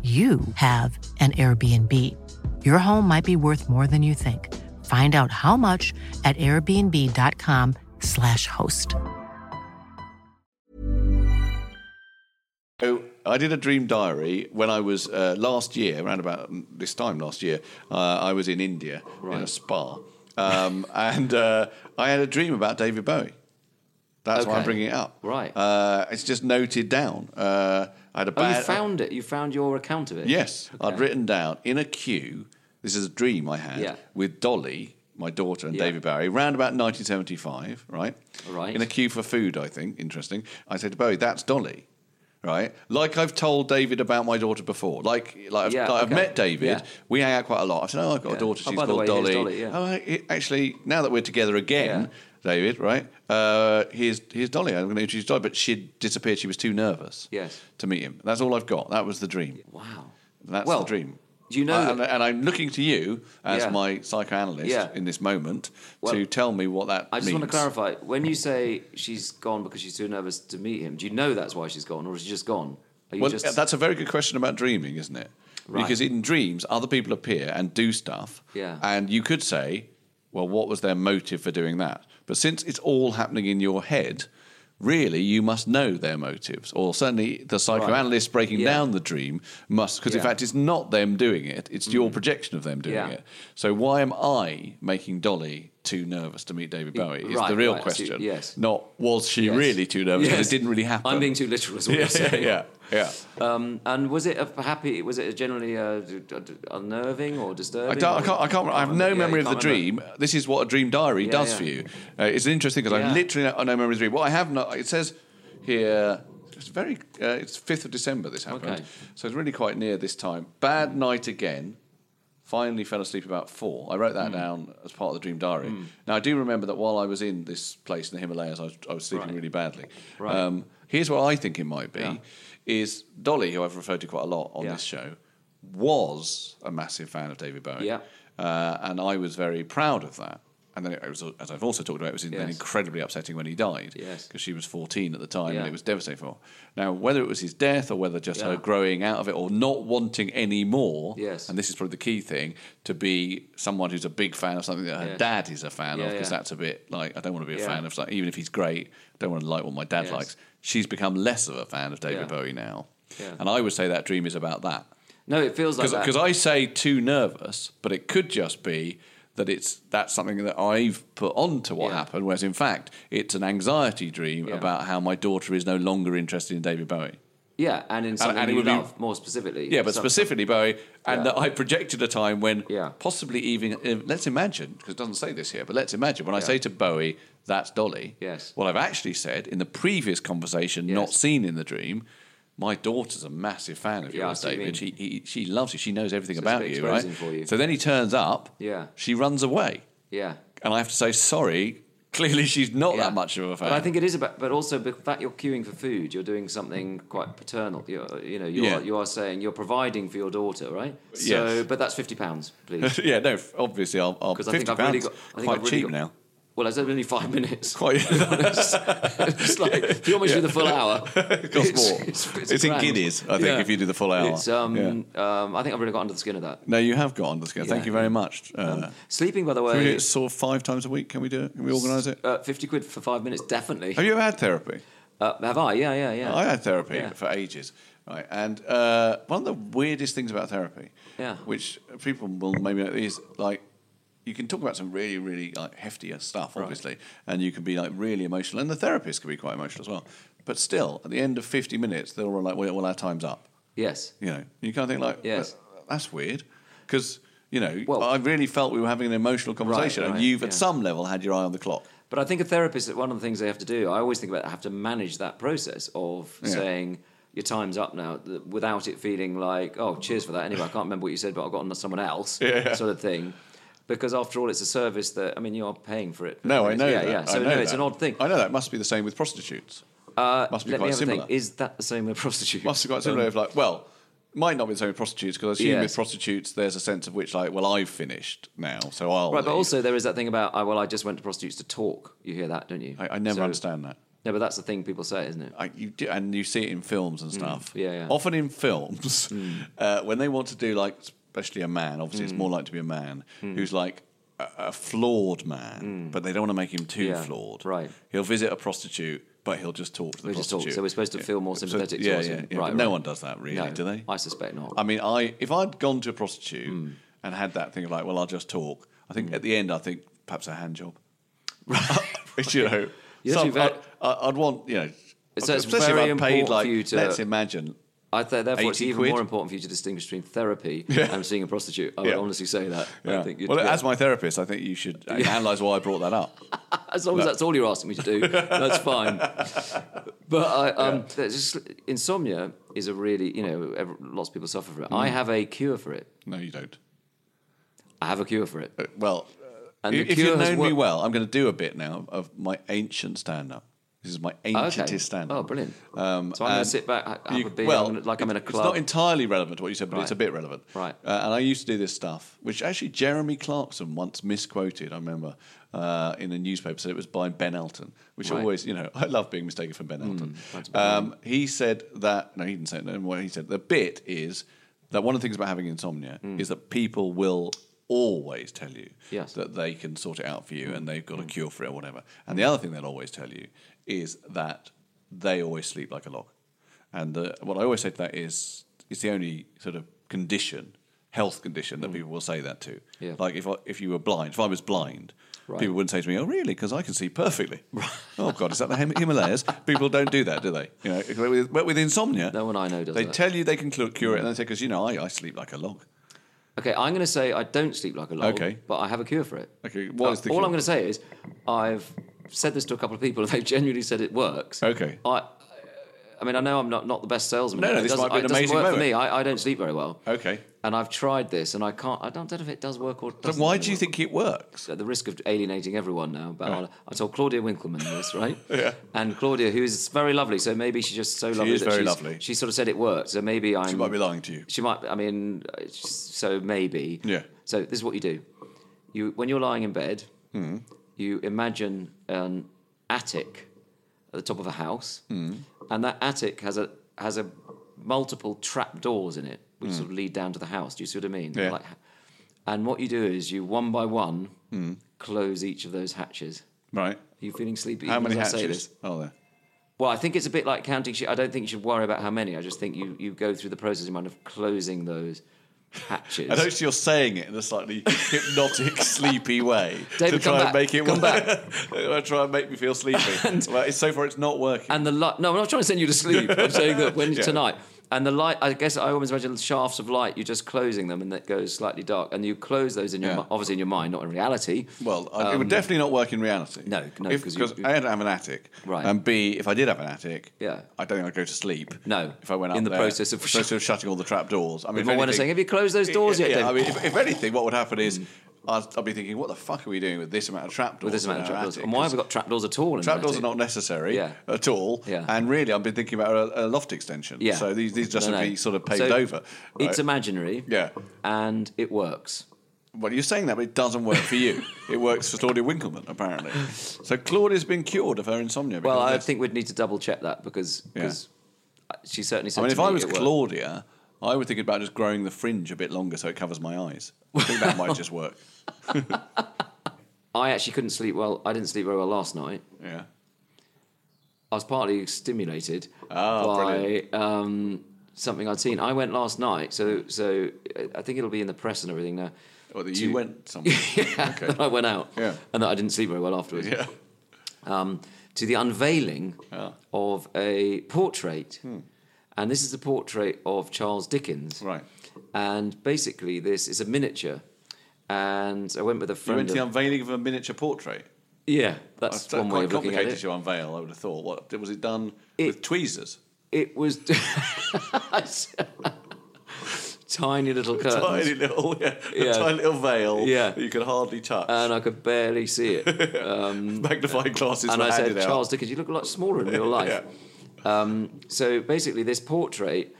S5: you have an Airbnb. Your home might be worth more than you think. Find out how much at airbnb.com/slash host.
S1: So I did a dream diary when I was uh, last year, around about um, this time last year. Uh, I was in India in a spa, um, [LAUGHS] and uh, I had a dream about David Bowie. That's why I'm
S2: Okay.
S1: bringing it up.
S2: Right.
S1: Uh, it's just noted down. Uh, I had a
S2: Oh,
S1: bad.
S2: you found it. You found your account of it.
S1: Yes, I'd
S2: Okay.
S1: written down in a queue. This is a dream I had
S2: Yeah.
S1: with Dolly, my daughter, and
S2: Yeah.
S1: David Bowie, around about 1975. Right,
S2: Right.
S1: In a queue for food, I think. Interesting. I said to Bowie, "That's Dolly." Right, like I've told David about my daughter before. Like, like, I've,
S2: Yeah,
S1: like I've
S2: okay.
S1: met David.
S2: Yeah.
S1: We hang out quite a lot. I said, "Oh, I've got
S2: Yeah.
S1: a daughter.
S2: Oh,
S1: She's
S2: by the
S1: called
S2: way, here's
S1: Dolly."
S2: Dolly, yeah.
S1: Oh, I- actually, now that we're together
S2: Yeah.
S1: again, David, right? Uh, here's here's Dolly. I'm going to introduce Dolly, but she disappeared. She was too nervous.
S2: Yes.
S1: To meet him. That's all I've got. That was the dream.
S2: Wow.
S1: That's
S2: Well,
S1: the dream.
S2: do you know
S1: I- and,
S2: that-
S1: and I'm looking to you as
S2: Yeah.
S1: my psychoanalyst
S2: Yeah.
S1: in this moment
S2: Well,
S1: to tell me what that.
S2: I just
S1: means.
S2: want to clarify. When you say she's gone because she's too nervous to meet him, do you know that's why she's gone, or is she just gone? Are you
S1: Well,
S2: just
S1: that's a very good question about dreaming, isn't it?
S2: Right.
S1: Because in dreams, other people appear and do stuff.
S2: Yeah.
S1: And you could say, well, what was their motive for doing that? But since it's all happening in your head, really, you must know their motives. Or certainly the psychoanalyst breaking
S2: Yeah.
S1: down the dream must, because in
S2: Yeah. Mm.
S1: fact, it's not them doing it, it's your projection of them doing
S2: Yeah.
S1: it. So why am I making Dolly too nervous to meet David Bowie? Is
S2: right,
S1: the real
S2: right, I see.
S1: question.
S2: Yes.
S1: Not was she
S2: Yes.
S1: really too nervous? Because
S2: Yes.
S1: it didn't really happen.
S2: I'm being too literal as well.
S1: [LAUGHS] yeah, yeah, yeah, yeah.
S2: And was it a happy? Was it generally uh, d- d- d- unnerving or disturbing?
S1: I, don't, I can't. I can't. I have no
S2: remember. Yeah,
S1: memory
S2: you
S1: of the
S2: can't remember.
S1: dream. This is what a dream diary
S2: Yeah,
S1: does
S2: yeah.
S1: for you. Uh, it's interesting because
S2: Yeah.
S1: I literally have no memory of the dream. What I have not. It says here. It's very. Uh, it's fifth of December. This happened.
S2: Okay. Hmm.
S1: So it's really quite near this time. Bad night again. Finally fell asleep about four. I wrote that
S2: Hmm.
S1: down as part of the dream diary. Now I do remember that while I was in this place in the Himalayas, I was, I was sleeping really badly.
S2: Right.
S1: Um, here's what I think it might be: is Dolly, who I've referred to quite a lot on
S2: Yeah.
S1: this show, was a massive fan of David Bowie.
S2: Yeah.
S1: Uh, and I was very proud of that. And then it was, as I've also talked about, it was then
S2: Yes.
S1: incredibly upsetting when he died.
S2: Yes.
S1: Because she was 14 at the time
S2: Yeah.
S1: and it was devastating for her. Now, whether it was his death or whether just her
S2: Yeah.
S1: growing out of it or not wanting any more,
S2: Yes.
S1: and this is probably the key thing, to be someone who's a big fan of something that her
S2: Yes.
S1: dad is a fan
S2: Yeah,
S1: of, because
S2: yeah.
S1: that's a bit like, I don't want to be a
S2: Yeah.
S1: fan of something, even if he's great, I don't want to like what my dad
S2: Yes.
S1: likes. She's become less of a fan of David
S2: Yeah.
S1: Bowie now.
S2: Yeah.
S1: And I would say that dream is about that.
S2: No, it feels like that.
S1: Because I say too nervous, but it could just be that it's that's something that I've put on to what
S2: Yeah.
S1: happened, whereas in fact it's an anxiety dream
S2: Yeah.
S1: about how my daughter is no longer interested in David Bowie.
S2: yeah, and in something
S1: and it
S2: you
S1: would be-
S2: love, more specifically.
S1: Yeah, but
S2: Some-
S1: specifically Bowie, and
S2: Yeah.
S1: that I projected a time when
S2: Yeah.
S1: possibly even if- let's imagine because it doesn't say this here, but let's imagine when I
S2: Yeah.
S1: say to Bowie, "That's Dolly."
S2: Yes.
S1: What I've actually said in the previous conversation, not
S2: Yes.
S1: seen in the dream. My daughter's a massive fan of
S2: Yeah, I
S1: yours,
S2: see what you
S1: David. She,
S2: mean.
S1: he, she loves you. She knows everything
S2: So it's a
S1: about
S2: bit
S1: you, right?
S2: exposing for you.
S1: So then he turns up.
S2: Yeah.
S1: She runs away,
S2: Yeah.
S1: and I have to say sorry. Clearly, she's not
S2: Yeah.
S1: that much of a fan.
S2: But I think it is about, but also the fact you're queuing for food, you're doing something quite paternal. You're, you know, you
S1: Yeah.
S2: are you are saying you're providing for your daughter, right? So,
S1: Yes.
S2: but that's fifty pounds,
S1: [LAUGHS]
S2: please,
S1: [LAUGHS] yeah, no. f- Obviously, I'll. I'll
S2: because I
S1: Fifty
S2: think I've
S1: pounds.
S2: really got I think
S1: quite
S2: I've really
S1: cheap
S2: got-
S1: now.
S2: Well, I said only five minutes.
S1: [LAUGHS] Quite.
S2: [LAUGHS] it's like if you want me to do the full hour,
S1: [LAUGHS] It costs
S2: it's-
S1: more.
S2: It's,
S1: It's,
S2: it's
S1: in
S2: grand.
S1: guineas, I think,
S2: Yeah.
S1: if you do the full hour.
S2: It's, um,
S1: Yeah.
S2: um, I think I've really got under the skin of that.
S1: No, you have got on the scale. Thank
S2: Yeah. Um,
S1: you very much. Uh,
S2: Sleeping, by the
S1: can we do
S2: way,
S1: it sort of five times a week? Can we do it? Can we organise it?
S2: uh, fifty quid for five minutes, definitely.
S1: Have Oh, you ever had therapy?
S2: Uh, have I? Yeah, yeah, yeah.
S1: I had therapy
S2: Yeah.
S1: for ages. Right, and uh, one of the weirdest things about therapy,
S2: Yeah.
S1: which people will maybe know, is like you can talk about some really, really like heftier stuff, obviously, and you can be like really emotional, and the therapist can be quite emotional as well. But still, at the end of fifty minutes, they'll be like, "Well, our time's up."
S2: Yes.
S1: You know, you kind of think like,
S2: Yes.
S1: "Well, that's weird, because you know,
S2: Well-
S1: I really felt we were having an emotional conversation,
S2: right,
S1: and you've at
S2: yeah.
S1: some level had your eye on the clock.
S2: But I think a therapist, one of the things they have to do, I always think about, have to manage that process of
S1: Yeah.
S2: saying your time's up now, th- without it feeling like, oh, cheers for that. Anyway, I can't remember what you said, but I got on to someone else, sort of thing. Because after all, it's a service that I mean, you are paying for it.
S1: No, I know
S2: Yeah,
S1: that.
S2: yeah.
S1: I
S2: So
S1: know
S2: no, it's
S1: that.
S2: an odd thing.
S1: I know that. It must be the same with prostitutes. Uh, must be
S2: Let me
S1: quite
S2: have a
S1: similar.
S2: think. Is that the same with prostitutes?
S1: must be quite similar.
S2: Um,
S1: of like, well, might not be the same with prostitutes because I assume with
S2: Yes.
S1: prostitutes there's a sense of which like, well, I've finished now, so I'll.
S2: Um, right, but
S1: leave.
S2: also there is that thing about, oh, well, I just went to prostitutes to talk. You hear that, don't you?
S1: I, I never
S2: So-
S1: understand that.
S2: No, but that's the thing people say, isn't it?
S1: I, you do, and you see it in films and stuff.
S2: Mm. yeah, yeah. Mm.
S1: Often in films, uh, when they want to do like, especially a man. Obviously, it's more like to be a man
S2: Mm.
S1: who's like a, a flawed man, but they don't want to make him too
S2: Yeah,
S1: flawed.
S2: right.
S1: He'll visit a prostitute, but he'll just talk to the
S2: He'll just talk.
S1: prostitute.
S2: So we're supposed to feel more
S1: So-
S2: sympathetic
S1: yeah,
S2: towards
S1: yeah,
S2: him.
S1: yeah,
S2: Right,
S1: but No
S2: right.
S1: one does that really,
S2: No,
S1: do they?
S2: I suspect not. Mm.
S1: I mean, I if I'd gone to a prostitute and had that thing of like, well, I'll just talk. I think at the end, I think perhaps a hand
S2: [LAUGHS]
S1: job. [LAUGHS] Which, you know,
S2: You're
S1: some-
S2: actually very-
S1: I, I- I'd want you know.
S2: So it's
S1: especially
S2: very
S1: if I paid
S2: important
S1: like
S2: for you to-
S1: let's imagine.
S2: I th- therefore, it's
S1: 80
S2: even
S1: quid.
S2: more important for you to distinguish between
S1: [LAUGHS]
S2: therapy and seeing a prostitute. I would
S1: Yeah.
S2: honestly say that.
S1: Yeah.
S2: I think you'd-
S1: well,
S2: yeah.
S1: as my therapist, I think
S2: [LAUGHS]
S1: you should uh, analyse why I brought that up.
S2: As long as that's all you're asking me to
S1: [LAUGHS]
S2: do, that's fine. But I, um, there's just, insomnia is a really, you know, ev lots of people suffer from it.
S1: Mm.
S2: I have a cure for it.
S1: No, you don't.
S2: I have a cure for it.
S1: Uh, Well,
S2: And the
S1: if
S2: cure
S1: you've
S2: has
S1: known me
S2: worked-
S1: well, I'm going to do a bit now of my ancient stand-up. This is my ancientest
S2: Okay.
S1: stand-up.
S2: Oh, brilliant.
S1: Um,
S2: So I'm gonna
S1: and
S2: sit back, ha- have a beer, I'm gonna- like I'm in a
S1: it-
S2: club.
S1: It's not entirely relevant to what you said, but it's a
S2: Right.
S1: bit relevant.
S2: Right.
S1: Uh, and I used to do this stuff, which actually Jeremy Clarkson once misquoted. I remember uh, in a newspaper said it was by Ben Elton, which
S2: Right. Hmm,
S1: always, you know, I love being mistaken for Ben Elton. um, he said that no, he didn't say it. No, what he said the bit is that one of the things about having insomnia is that people will always tell you
S2: Hmm. Yes.
S1: that that they can sort it out for you and they've
S2: Mm.
S1: got a cure for it or whatever. And the other thing they'll always tell you is that they always sleep like a log. And the, what I always say to that is it's the only sort of condition, health condition, that people will say that to.
S2: Mm. Yeah.
S1: Like if, I, if you were blind, if I was blind,
S2: Right.
S1: people wouldn't say to me, oh, really? Because I can see perfectly.
S2: [LAUGHS]
S1: oh, God, is that the Him- Himalayas? people don't do that, do they? You know, but with, but with insomnia,
S2: No one I know does
S1: they
S2: that. Mm.
S1: tell you they can cl- cure it and they say, because, you know, I, I sleep like a log.
S2: Okay, I'm going to say I don't sleep like a log,
S1: Okay.
S2: but I have a cure for it.
S1: Okay, what
S2: Uh,
S1: is the
S2: all
S1: cure?
S2: I'm going to say is I've said this to a couple of people, and [LAUGHS] they've genuinely said it works.
S1: Okay.
S2: I, I mean, I know I'm not, not the best salesman.
S1: No, no,
S2: It
S1: this
S2: doesn't-
S1: might be an
S2: it doesn't
S1: amazing
S2: work for
S1: moment.
S2: me. I, I don't sleep very well.
S1: Okay.
S2: And I've tried this, and I can't. I don't, know if it does work or.
S1: But
S2: Doesn't
S1: why
S2: really
S1: do you
S2: work.
S1: think it works?
S2: At the risk of alienating everyone now, but I'll- I told Claudia Winkleman this,
S1: [LAUGHS]
S2: right? yeah. And Claudia, who is very lovely, so maybe she's just so lovely
S1: is
S2: that
S1: very
S2: she's,
S1: lovely.
S2: She sort of said it worked, so maybe I'm.
S1: She might be lying to you.
S2: She might. I mean, uh, so maybe.
S1: Yeah.
S2: So this is what you do. You when you're lying in bed,
S1: Hmm.
S2: you imagine an attic at the top of a house,
S1: Hmm.
S2: and that attic has a has a multiple trap doors in it, which sort of lead down to the house. Do you see what I mean?
S1: Hmm. Yeah.
S2: and what you do is you one by one
S1: Hmm.
S2: close each of those hatches.
S1: Right.
S2: Are you feeling sleepy?
S1: How
S2: even
S1: many
S2: as I say
S1: hatches
S2: this?
S1: are there?
S2: Well, I think it's a bit like counting sheep. I don't think you should worry about how many. I just think you, you go through the process in mind of closing those hatches.
S1: [LAUGHS] I notice you're saying it in a slightly hypnotic, [LAUGHS] sleepy way
S2: David,
S1: to
S2: come
S1: try and
S2: back,
S1: make it
S2: come
S1: work. [LAUGHS] try and make me feel
S2: [LAUGHS]
S1: sleepy. well, so far, it's not working.
S2: and the light. No, I'm not trying to send you to sleep. I'm saying that
S1: [LAUGHS]
S2: when
S1: Yeah.
S2: tonight and the light. I guess I always imagine shafts of light. You're just closing them, and that goes slightly dark. And you close those in your
S1: Yeah.
S2: mi- obviously in your mind, not in reality.
S1: Well, I it would definitely not work in reality.
S2: um, No, no,
S1: If-
S2: 'cause
S1: because
S2: you- you-
S1: I don't have an attic.
S2: Right.
S1: And B, if I did have an attic,
S2: Yeah.
S1: I don't think I'd go to sleep.
S2: No,
S1: If I went up
S2: in the
S1: there,
S2: process of-
S1: the process of shutting all the trap doors. I mean,
S2: With
S1: if
S2: my one
S1: anything-
S2: saying, "Have you closed those doors
S1: yeah,
S2: yet?"
S1: Yeah,
S2: Dave?"
S1: I mean, if, if anything, what would happen is I'd, I'd be thinking, "What the fuck are we doing with this amount of trap doors?"
S2: with this amount
S1: in
S2: of
S1: our
S2: trapdoors,
S1: attic?
S2: and why have we got trapdoors at all? in an
S1: Trapdoors are
S2: attic?
S1: not necessary
S2: Yeah.
S1: at all,
S2: Yeah.
S1: and really, I've been thinking about a, a loft extension.
S2: Yeah.
S1: So these these just
S2: No,
S1: would
S2: no.
S1: be sort of paved
S2: So
S1: over. right?
S2: It's imaginary.
S1: Yeah.
S2: and it works.
S1: Well, you're saying that, but it doesn't work for
S2: [LAUGHS]
S1: you. it works for Claudia Winkleman, apparently. So Claudia's been cured of her insomnia.
S2: Well,
S1: because
S2: I
S1: of this.
S2: think we'd need to double check that because
S1: Yeah.
S2: because she certainly said.
S1: I mean,
S2: to
S1: if I
S2: me
S1: was
S2: it worked.
S1: Claudia, I would think about just growing the fringe a bit longer so it covers my eyes. I think that might just
S2: [LAUGHS]
S1: work.
S2: I actually couldn't sleep well. I didn't sleep very well last night.
S1: Yeah.
S2: I was partly stimulated
S1: Ah,
S2: by
S1: brilliant.
S2: um, something I'd seen. I went last night, so so I think it'll be in the press and everything now.
S1: Or that
S2: To-
S1: you
S2: [LAUGHS]
S1: went somewhere. Okay.
S2: that I went out,
S1: Yeah.
S2: and that I didn't sleep very well afterwards. [LAUGHS]
S1: Yeah.
S2: um, to the unveiling
S1: Ah. Hmm.
S2: of a portrait. And this is the portrait of Charles Dickens.
S1: Right.
S2: And basically, this is a miniature. And I went with a
S1: You
S2: friend.
S1: went to the
S2: of-
S1: unveiling of a miniature portrait.
S2: yeah,
S1: That's
S2: that's one way
S1: quite
S2: of looking at
S1: complicated
S2: it.
S1: to unveil, I would have thought. What was it done
S2: It-
S1: with tweezers?
S2: It
S1: [LAUGHS]
S2: was [LAUGHS] tiny little curtains,
S1: Tiny little, yeah,
S2: Yeah.
S1: A tiny little veil
S2: Yeah.
S1: that you could hardly touch.
S2: and uh, I could barely see
S1: [LAUGHS]
S2: it.
S1: Magnifying glasses
S2: and
S1: were
S2: I said,
S1: handed out.
S2: Charles Dickens, you look a lot smaller in
S1: [LAUGHS]
S2: real life. um, so basically, this portrait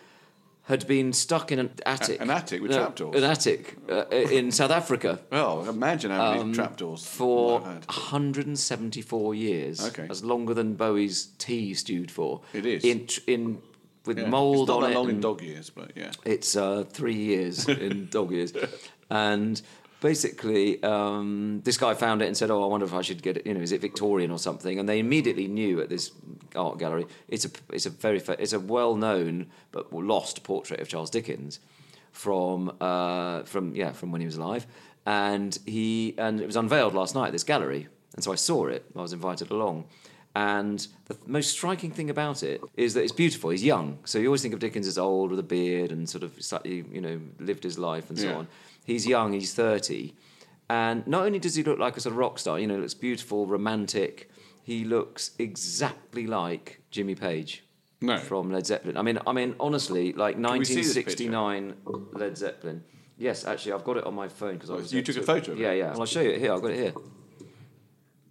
S2: had been stuck in an attic. Uh,
S1: an attic with trapdoors.
S2: An attic uh, in South Africa
S1: Well, imagine how many [LAUGHS] trapdoors
S2: Um, for
S1: might have had.
S2: 174 years.
S1: Okay.
S2: That's longer than Bowie's tea stewed for.
S1: It is.
S2: In, tr- in, with
S1: Yeah.
S2: mould
S1: it's not
S2: on
S1: that
S2: it.
S1: long in
S2: and-
S1: dog years, but yeah.
S2: It's uh, three years in dog years. And basically, um, this guy found it and said, Oh, I wonder if I should get it. You know, is it Victorian or something? And they immediately knew at this art gallery, it's a, it's a very, fa- it's a well known but lost portrait of Charles Dickens from, uh, from, yeah, from when he was alive. And he, and it was unveiled last night at this gallery. And so I saw it, I was invited along. And the th- most striking thing about it is that it's beautiful. He's young, so you always think of Dickens as old with a beard and sort of slightly, you know, lived his life and so
S1: Yeah.
S2: on. He's young. He's thirty, and not only does he look like a sort of rock star, you know, looks beautiful, romantic. He looks exactly like Jimmy Page
S1: No.
S2: from Led Zeppelin. I mean, I mean, honestly, like
S1: we see this picture?
S2: 1969 Led Zeppelin. Yes, actually, I've got it on my phone because I
S1: Oh,
S2: was
S1: you
S2: next
S1: took a
S2: to it.
S1: photo of it?
S2: Yeah, yeah. Well, I'll show you it here. I've got it here.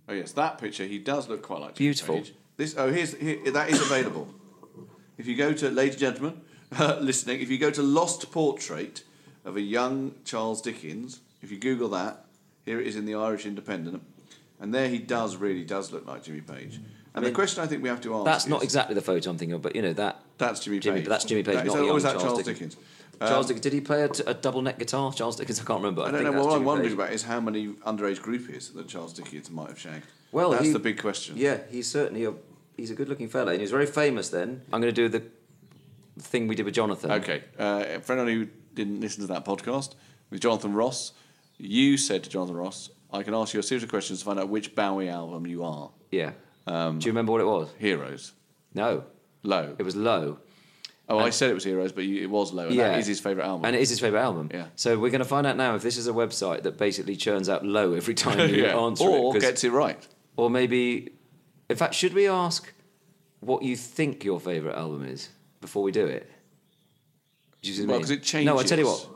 S1: Oh yes, that picture. He does look quite like Jimmy
S2: Beautiful.
S1: Page. This oh here's here, that is available. if you go to, ladies and gentlemen, [LAUGHS] listening, if you go to Lost Portrait of a young Charles Dickens, if you Google that, here it is in the Irish Independent, and there he does really does look like Jimmy Page. And the question I think we have to ask
S2: That's
S1: is,
S2: not exactly the photo I'm thinking of, but you know that
S1: Oh, that's Jimmy,
S2: Jimmy-
S1: Page.
S2: that's Jimmy Page,
S1: That,
S2: not
S1: is that,
S2: young
S1: or is that
S2: Charles
S1: Charles
S2: Dickens.
S1: Dickens? Um,
S2: Charles Dickens. Did he play a, t- a double neck guitar? Charles Dickens. I can't remember. I,
S1: I don't
S2: think
S1: know.
S2: that's
S1: What I'm
S2: Jimmy
S1: wondering
S2: Page.
S1: about is how many underage groupies that Charles Dickens might have shagged.
S2: Well,
S1: that's
S2: he-
S1: the big question.
S2: Yeah, he's certainly a he's a good looking fella, and he was very famous then. I'm going to do the thing we did with Jonathan.
S1: Okay. Uh, for anyone who didn't listen to that podcast with Jonathan Ross, you said to Jonathan Ross, I can ask you a series of questions to find out which Bowie album you are.
S2: Yeah.
S1: Um,
S2: do you remember what it was?
S1: Heroes.
S2: No,
S1: Low.
S2: it was Low.
S1: oh, I said it was Heroes, but you, it was Low. And
S2: yeah,
S1: that is his favourite album. [LAUGHS]
S2: and it is his favorite album.
S1: Yeah.
S2: So we're going to find out now if this is a website that basically churns out Low every time you
S1: [LAUGHS] yeah.
S2: answer it,
S1: Or
S2: 'cause-
S1: gets it right.
S2: or maybe, in fact, should we ask what you think your favorite album is before we do it? Do you see what I
S1: Well,
S2: mean?
S1: 'cause it changes.
S2: No, I tell you what.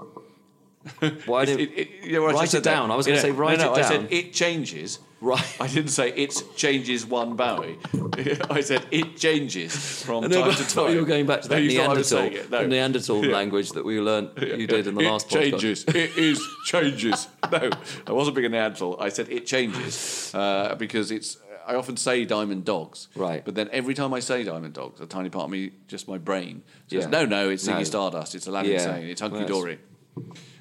S2: Why
S1: It-
S2: do
S1: it- it- you know, I [LAUGHS]
S2: write
S1: just
S2: it
S1: said that.
S2: down. I was gonna
S1: Yeah.
S2: say write
S1: no, no,
S2: it
S1: I
S2: down.
S1: said it changes
S2: Right.
S1: I didn't say it changes one Bowie. [LAUGHS] I said it changes from
S2: I
S1: time
S2: know, [LAUGHS] but I
S1: to
S2: thought
S1: time.
S2: You were going back to
S1: No,
S2: that
S1: you thought I was
S2: Neanderthal,
S1: saying it, no.
S2: the Neanderthal
S1: Yeah.
S2: language that we learned you
S1: [LAUGHS] Yeah.
S2: did in the
S1: it
S2: last podcast.
S1: changes. it is changes. [LAUGHS] No, I wasn't being an adult. I said it changes uh, because it's. I often say diamond dogs,
S2: Right.
S1: But then every time I say diamond dogs, a tiny part of me, just my brain, says,
S2: Yeah.
S1: "No, no, it's Ziggy
S2: No.
S1: Stardust. It's Aladdin
S2: Yeah.
S1: saying it's hunky
S2: Well, that's-
S1: dory."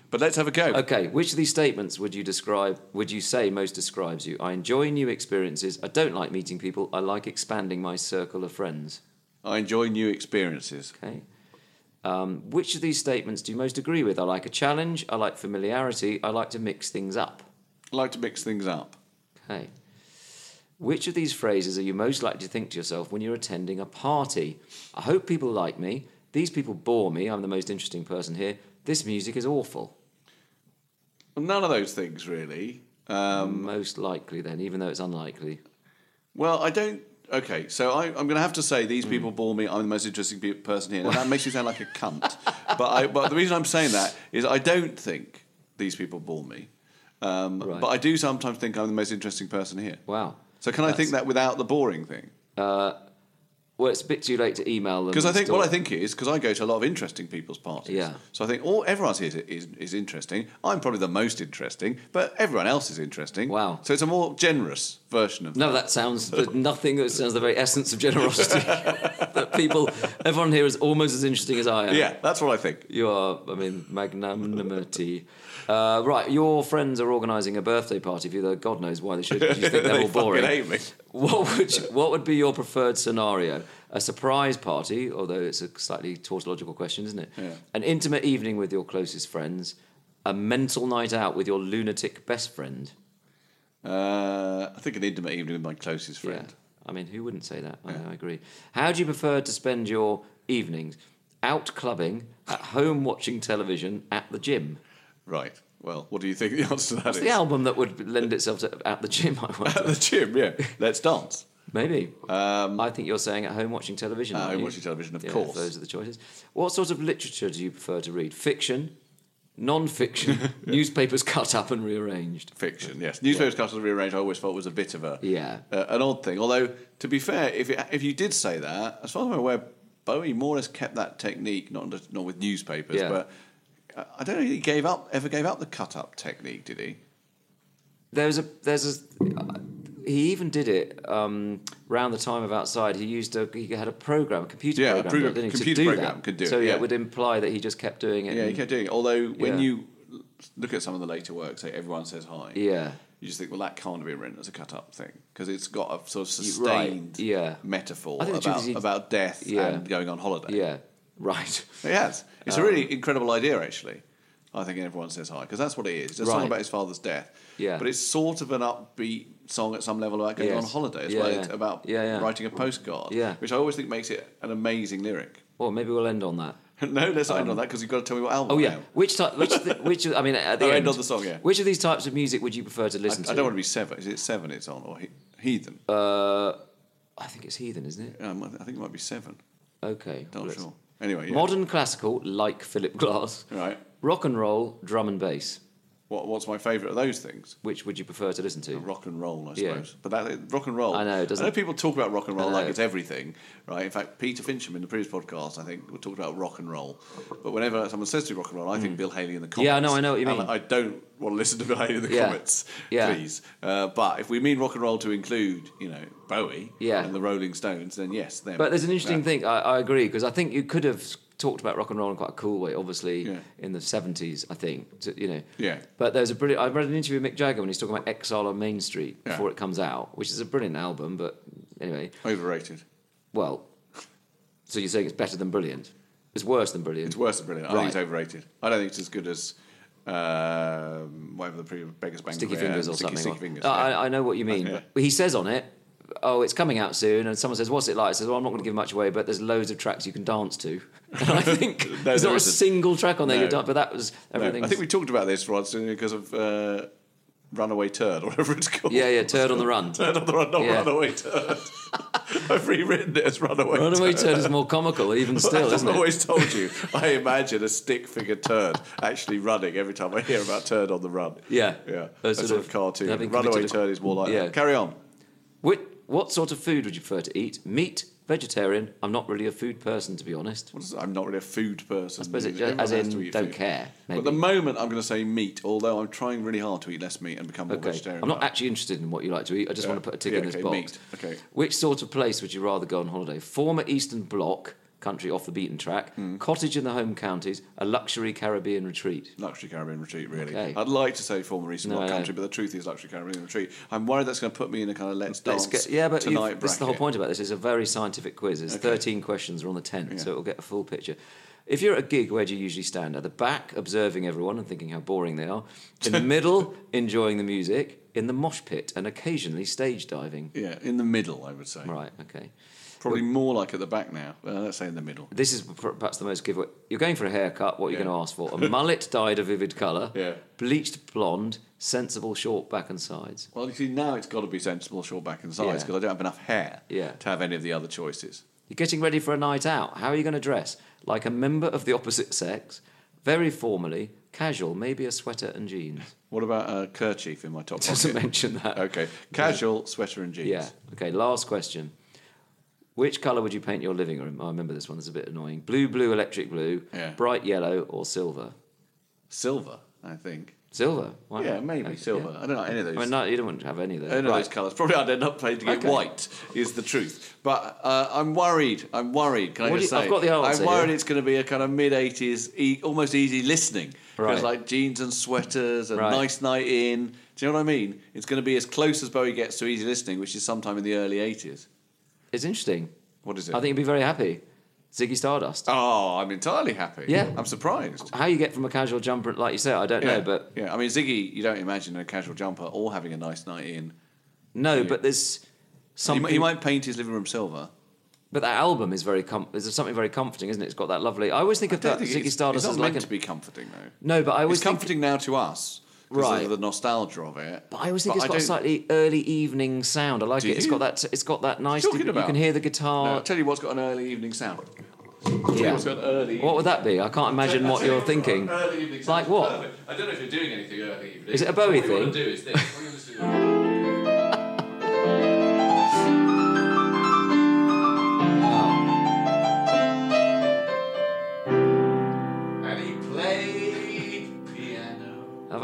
S1: But let's have a go.
S2: Okay, which of these statements would you describe? Would you say most describes you? I enjoy new experiences. I don't like meeting people. I like expanding my circle of friends.
S1: I enjoy new experiences.
S2: Okay. Um, which of these statements do you most agree with? I like a challenge. I like familiarity. I like to mix things up.
S1: I like to mix things up.
S2: Okay. Which of these phrases are you most likely to think to yourself when you're attending a party? I hope people like me. These people bore me. I'm the most interesting person here. This music is awful.
S1: None of those things really.
S2: most likely, then, even though it's unlikely.
S1: Well, I don't. Okay, so I, I'm going to have to say these people
S2: Mm.
S1: bore me. I'm the most interesting pe- person here. Now, that makes me sound
S2: [LAUGHS]
S1: like a cunt. but, I, but the reason I'm saying that is I don't think these people bore me. Um,
S2: Right.
S1: But I do sometimes think I'm the most interesting person here.
S2: Wow.
S1: So can I think that without the boring thing?
S2: Well, it's a bit too late to email them.
S1: Because I
S2: and
S1: think
S2: stuff.
S1: what I think is because I go to a lot of interesting people's parties.
S2: Yeah.
S1: So I think all everyone's here is, is, is interesting. I'm probably the most interesting, but everyone else is interesting.
S2: Wow.
S1: So it's a more generous version of
S2: No, that sounds there's nothing that sounds the very essence of
S1: [LAUGHS]
S2: generosity. that people, everyone here is almost as interesting as I am.
S1: Yeah, that's what I think.
S2: You are, I mean, magnanimity. Uh, right, your friends are organising a birthday party for you, though God knows why they should, 'cause you think they're
S1: [LAUGHS] They
S2: all boring.
S1: fucking hate me.
S2: What would, you, what would be your preferred scenario? A surprise party, although it's a slightly tautological question, isn't it?
S1: Yeah.
S2: An intimate evening with your closest friends, a mental night out with your lunatic best friend.
S1: Uh, I think an intimate evening with my closest friend.
S2: I mean, who wouldn't say that? I, I agree. How do you prefer to spend your evenings? Out clubbing, at home watching television, at the gym.
S1: Right. Well, what do you think the answer to that is?
S2: The album that would lend itself to at the gym, I
S1: [LAUGHS] At [LAUGHS]
S2: wonder.
S1: the gym, yeah. Let's dance.
S2: Maybe. I think you're saying at home watching television.
S1: Um, At
S2: aren't
S1: home
S2: you?
S1: watching television, of
S2: Yeah,
S1: course.
S2: Those are the choices. What sort of literature do you prefer to read? Fiction, non-fiction,
S1: [LAUGHS]
S2: newspapers cut up and rearranged.
S1: Fiction, yes. Newspapers yeah. Castle Rearranged, I always felt was a bit of a
S2: Yeah.
S1: uh, an odd thing. Although, to be fair, if it, if you did say that, as far as I'm aware, Bowie more or less kept that technique, not just- not with newspapers,
S2: Yeah.
S1: but uh, I don't know if he gave up ever gave up the cut up technique, did he?
S2: There's a there's a uh, he even did it um, round the time of outside. He used a he had a program, a computer
S1: Yeah, a
S2: program,
S1: program-
S2: didn't he,
S1: computer
S2: to do
S1: program
S2: that.
S1: could do
S2: so
S1: it, yeah.
S2: it would imply that he just kept doing it.
S1: Yeah, he
S2: and-
S1: kept doing it. Although, when
S2: Mm. Yeah.
S1: you l- look at some of the later work, say everyone says hi,
S2: Yeah.
S1: you just think, well, that can't have been written as a cut up thing because it's got a sort of
S2: You- right,
S1: sustained
S2: yeah.
S1: metaphor
S2: I think the truth
S1: about,
S2: is he-
S1: about death
S2: Yeah.
S1: and going on holiday.
S2: Yeah, Um, right. [LAUGHS]
S1: It has. It's a really incredible idea, actually. I think everyone says hi because that's what it is. It's a song
S2: Right.
S1: about his father's death.
S2: Yeah.
S1: But it's sort of an upbeat song at some level about going
S2: Yes.
S1: on holiday as
S2: Yeah,
S1: well.
S2: yeah.
S1: It's about
S2: Yeah, yeah.
S1: writing a postcard,
S2: Yeah.
S1: which I always think makes it an amazing lyric. [LAUGHS]
S2: Well, maybe we'll end on that.
S1: no, let's not end on that because you've got to tell me what album.
S2: Um, Oh
S1: I
S2: yeah,
S1: am.
S2: which type? Which
S1: [LAUGHS]
S2: th- which? I mean, at the
S1: Oh,
S2: end,
S1: end of the song, yeah.
S2: Which of these types of music would you prefer to
S1: I,
S2: listen to? Uh,
S1: I don't want to be seven. Is it seven it's on or he, Heathen?
S2: I think it's heathen, isn't it?
S1: Um, I think it might be seven.
S2: Okay,
S1: Not
S2: let's-
S1: sure. Anyway, yeah.
S2: Modern classical, like Philip Glass.
S1: Right.
S2: Rock and roll, drum and bass.
S1: What, what's my favourite of those things?
S2: Which would you prefer to listen to?
S1: Rock and roll, I
S2: Yeah.
S1: suppose. But that rock and roll.
S2: I know, it doesn't-
S1: I know people talk about rock and roll
S2: I
S1: like
S2: know.
S1: it's everything, right? In fact, Peter Fincham in the previous podcast, I think, we talked about rock and roll. But whenever someone says to me rock and roll, I think Bill Haley in the comments.
S2: Hmm. Yeah, I know, I know what you
S1: And
S2: mean.
S1: I don't want to listen to Bill Haley in the
S2: Yeah.
S1: comments,
S2: Yeah.
S1: please. Uh, but if we mean rock and roll to include, you know, Bowie
S2: Yeah.
S1: and the Rolling Stones, then yes, then.
S2: But there's an interesting
S1: Yeah.
S2: thing. I, I agree because I think you could have talked about rock and roll in quite a cool way. Obviously,
S1: Yeah.
S2: in the '70s, I think to- you know.
S1: Yeah.
S2: But there's a brilliant. I read an interview with Mick Jagger when he's talking about Exile on Main Street
S1: Yeah.
S2: before it comes out, which is a brilliant album. But anyway,
S1: Overrated.
S2: well, so you're saying it's better than brilliant? It's worse than brilliant.
S1: It's worse than brilliant. I
S2: Right.
S1: think it's overrated. I don't think it's as good as um, whatever the previous Beggars Bank
S2: Sticky fingers or
S1: sticky,
S2: something.
S1: Sticky fingers.
S2: Uh,
S1: yeah.
S2: I, I know what you mean.
S1: Yeah.
S2: But he says on it, "Oh, it's coming out soon," and someone says, "What's it like?" He says, "Well, I'm not going to give much away, but there's loads of tracks you can dance to." [LAUGHS] And I think
S1: [LAUGHS] No,
S2: there's
S1: there
S2: not a
S1: isn't.
S2: single track on there
S1: No.
S2: you dance, but that was
S1: No,
S2: everything.
S1: I think we talked about this, Rod, because of uh, Runaway Turd [LAUGHS] or whatever it's called.
S2: Yeah, yeah, Turd on the Run.
S1: [LAUGHS] Turd on the Run, not
S2: Yeah.
S1: Runaway Turd. [LAUGHS] I've rewritten it as Runaway
S2: Runaway
S1: Turd. [LAUGHS]
S2: Turd is more comical, even still,
S1: I've
S2: isn't it?
S1: always told you, I imagine a stick figure turd actually running every time I hear about turd on the run.
S2: Yeah.
S1: Yeah.
S2: A
S1: That's sort, of, cartoon.
S2: having
S1: Runaway
S2: committed a-
S1: turd is more like
S2: Yeah.
S1: that. Carry on.
S2: What, what sort of food would you prefer to eat? Meat, vegetarian? I'm not really a food person, to be honest.
S1: What is- I'm not really a food person. I
S2: suppose it just- as in don't care,
S1: But at the
S2: maybe.
S1: moment, I'm going to say meat, although I'm trying really hard to eat less meat and become more
S2: Okay.
S1: vegetarian.
S2: I'm not actually interested in what you like to eat. I just
S1: Yeah.
S2: want to put a tick
S1: Yeah,
S2: in this
S1: okay,
S2: box.
S1: meat. Okay.
S2: Which sort of place would you rather go on holiday? Former Eastern Bloc country off the beaten track,
S1: Hmm.
S2: cottage in the home counties, a luxury Caribbean retreat.
S1: Luxury Caribbean retreat, really.
S2: Okay.
S1: I'd like to say former Eastern
S2: No,
S1: Bloc
S2: no.
S1: country, but the truth is luxury Caribbean retreat. I'm worried that's going to put me in a kind of let's,
S2: Let's
S1: dance
S2: get, yeah, but
S1: tonight
S2: you've- this is the whole
S1: bracket.
S2: point about this. It's a very scientific quiz. It's
S1: Okay.
S2: 13 questions. We're on the 10th, so
S1: Yeah.
S2: it'll get a full picture. If you're at a gig, where do you usually stand? At the back, observing everyone and thinking how boring they are. In
S1: [LAUGHS]
S2: the middle, enjoying the music. In the mosh pit, and occasionally stage diving.
S1: Yeah, in the middle, I would say.
S2: Right, okay.
S1: Probably more like at the back now. Uh, let's say in the middle.
S2: This is per- perhaps the most giveaway. You're going for a haircut. What are you
S1: Yeah.
S2: going to ask for? A
S1: [LAUGHS]
S2: mullet dyed a vivid colour.
S1: Yeah.
S2: Bleached blonde, sensible short back and sides.
S1: Well, you see, now it's got to be sensible, short back and sides
S2: Yeah.
S1: because I don't have enough hair
S2: Yeah.
S1: to have any of the other choices.
S2: You're getting ready for a night out. How are you going to dress? Like a member of the opposite sex, very formally, casual, maybe a sweater and
S1: [LAUGHS]
S2: jeans.
S1: What about a kerchief in my top pocket?
S2: Doesn't mention that.
S1: Okay, casual sweater and jeans.
S2: Yeah. Okay. Last question. Which colour would you paint your living room? Oh, I remember this one. It's a bit annoying. Blue, blue, electric blue,
S1: Yeah.
S2: bright yellow, or silver.
S1: silver. I think.
S2: Silver. Why
S1: Yeah,
S2: not?
S1: maybe
S2: Okay,
S1: silver.
S2: yeah.
S1: I don't like any of those. Oh,
S2: I mean, no, you don't want to have any of those.
S1: Any of
S2: Oh, Right.
S1: those colours. Probably I'd end up painting it
S2: Okay.
S1: white, is the truth. But uh, I'm worried. I'm worried. Can I
S2: What
S1: just
S2: do you-
S1: say?
S2: I've got the answer
S1: I'm worried
S2: here.
S1: it's going to be a kind of mid 80s, e- almost easy listening.
S2: Right.
S1: It's like jeans and sweaters, a
S2: Right.
S1: nice night in. Do you know what I mean? It's going to be as close as Bowie gets to easy listening, which is sometime in the early 80s.
S2: It's interesting.
S1: What is it?
S2: I think you'd be very happy. Ziggy Stardust.
S1: Oh, I'm entirely happy.
S2: Yeah.
S1: I'm surprised.
S2: How you get from a casual jumper, like you said, I don't
S1: Yeah,
S2: know, but
S1: yeah, I mean Ziggy, you don't imagine in a casual jumper or having a nice night in.
S2: no, but there's
S1: He,
S2: something.
S1: might- he might paint his living room silver.
S2: But that album is very com- there's something very comforting, isn't it? It's got that lovely. I always think of
S1: I don't
S2: that
S1: think
S2: Ziggy
S1: it's-
S2: Stardust
S1: it's not
S2: as like
S1: meant
S2: a,
S1: to be comforting though.
S2: no, but I always
S1: It's
S2: think,
S1: comforting now to us because
S2: Right.
S1: of the nostalgia of it.
S2: But I always think
S1: But
S2: it's
S1: I
S2: got a
S1: don't-
S2: slightly early evening sound. I like
S1: Do
S2: it. It's
S1: you?
S2: got that. It's got that nice.
S1: Talking
S2: you
S1: about?
S2: can hear the
S1: No,
S2: guitar.
S1: I'll tell you what's got an early evening sound. I'll tell
S2: Yeah.
S1: you what's got an early.
S2: what would that be? I can't imagine
S1: I'll
S2: what
S1: tell you
S2: you're
S1: what's got an
S2: thinking.
S1: Early evening sound.
S2: Like what?
S1: Perfect. I don't know if you're doing anything early evening.
S2: Is it a Bowie
S1: What you want
S2: thing?
S1: to do is this. What you want to do is- And he played piano.
S2: Have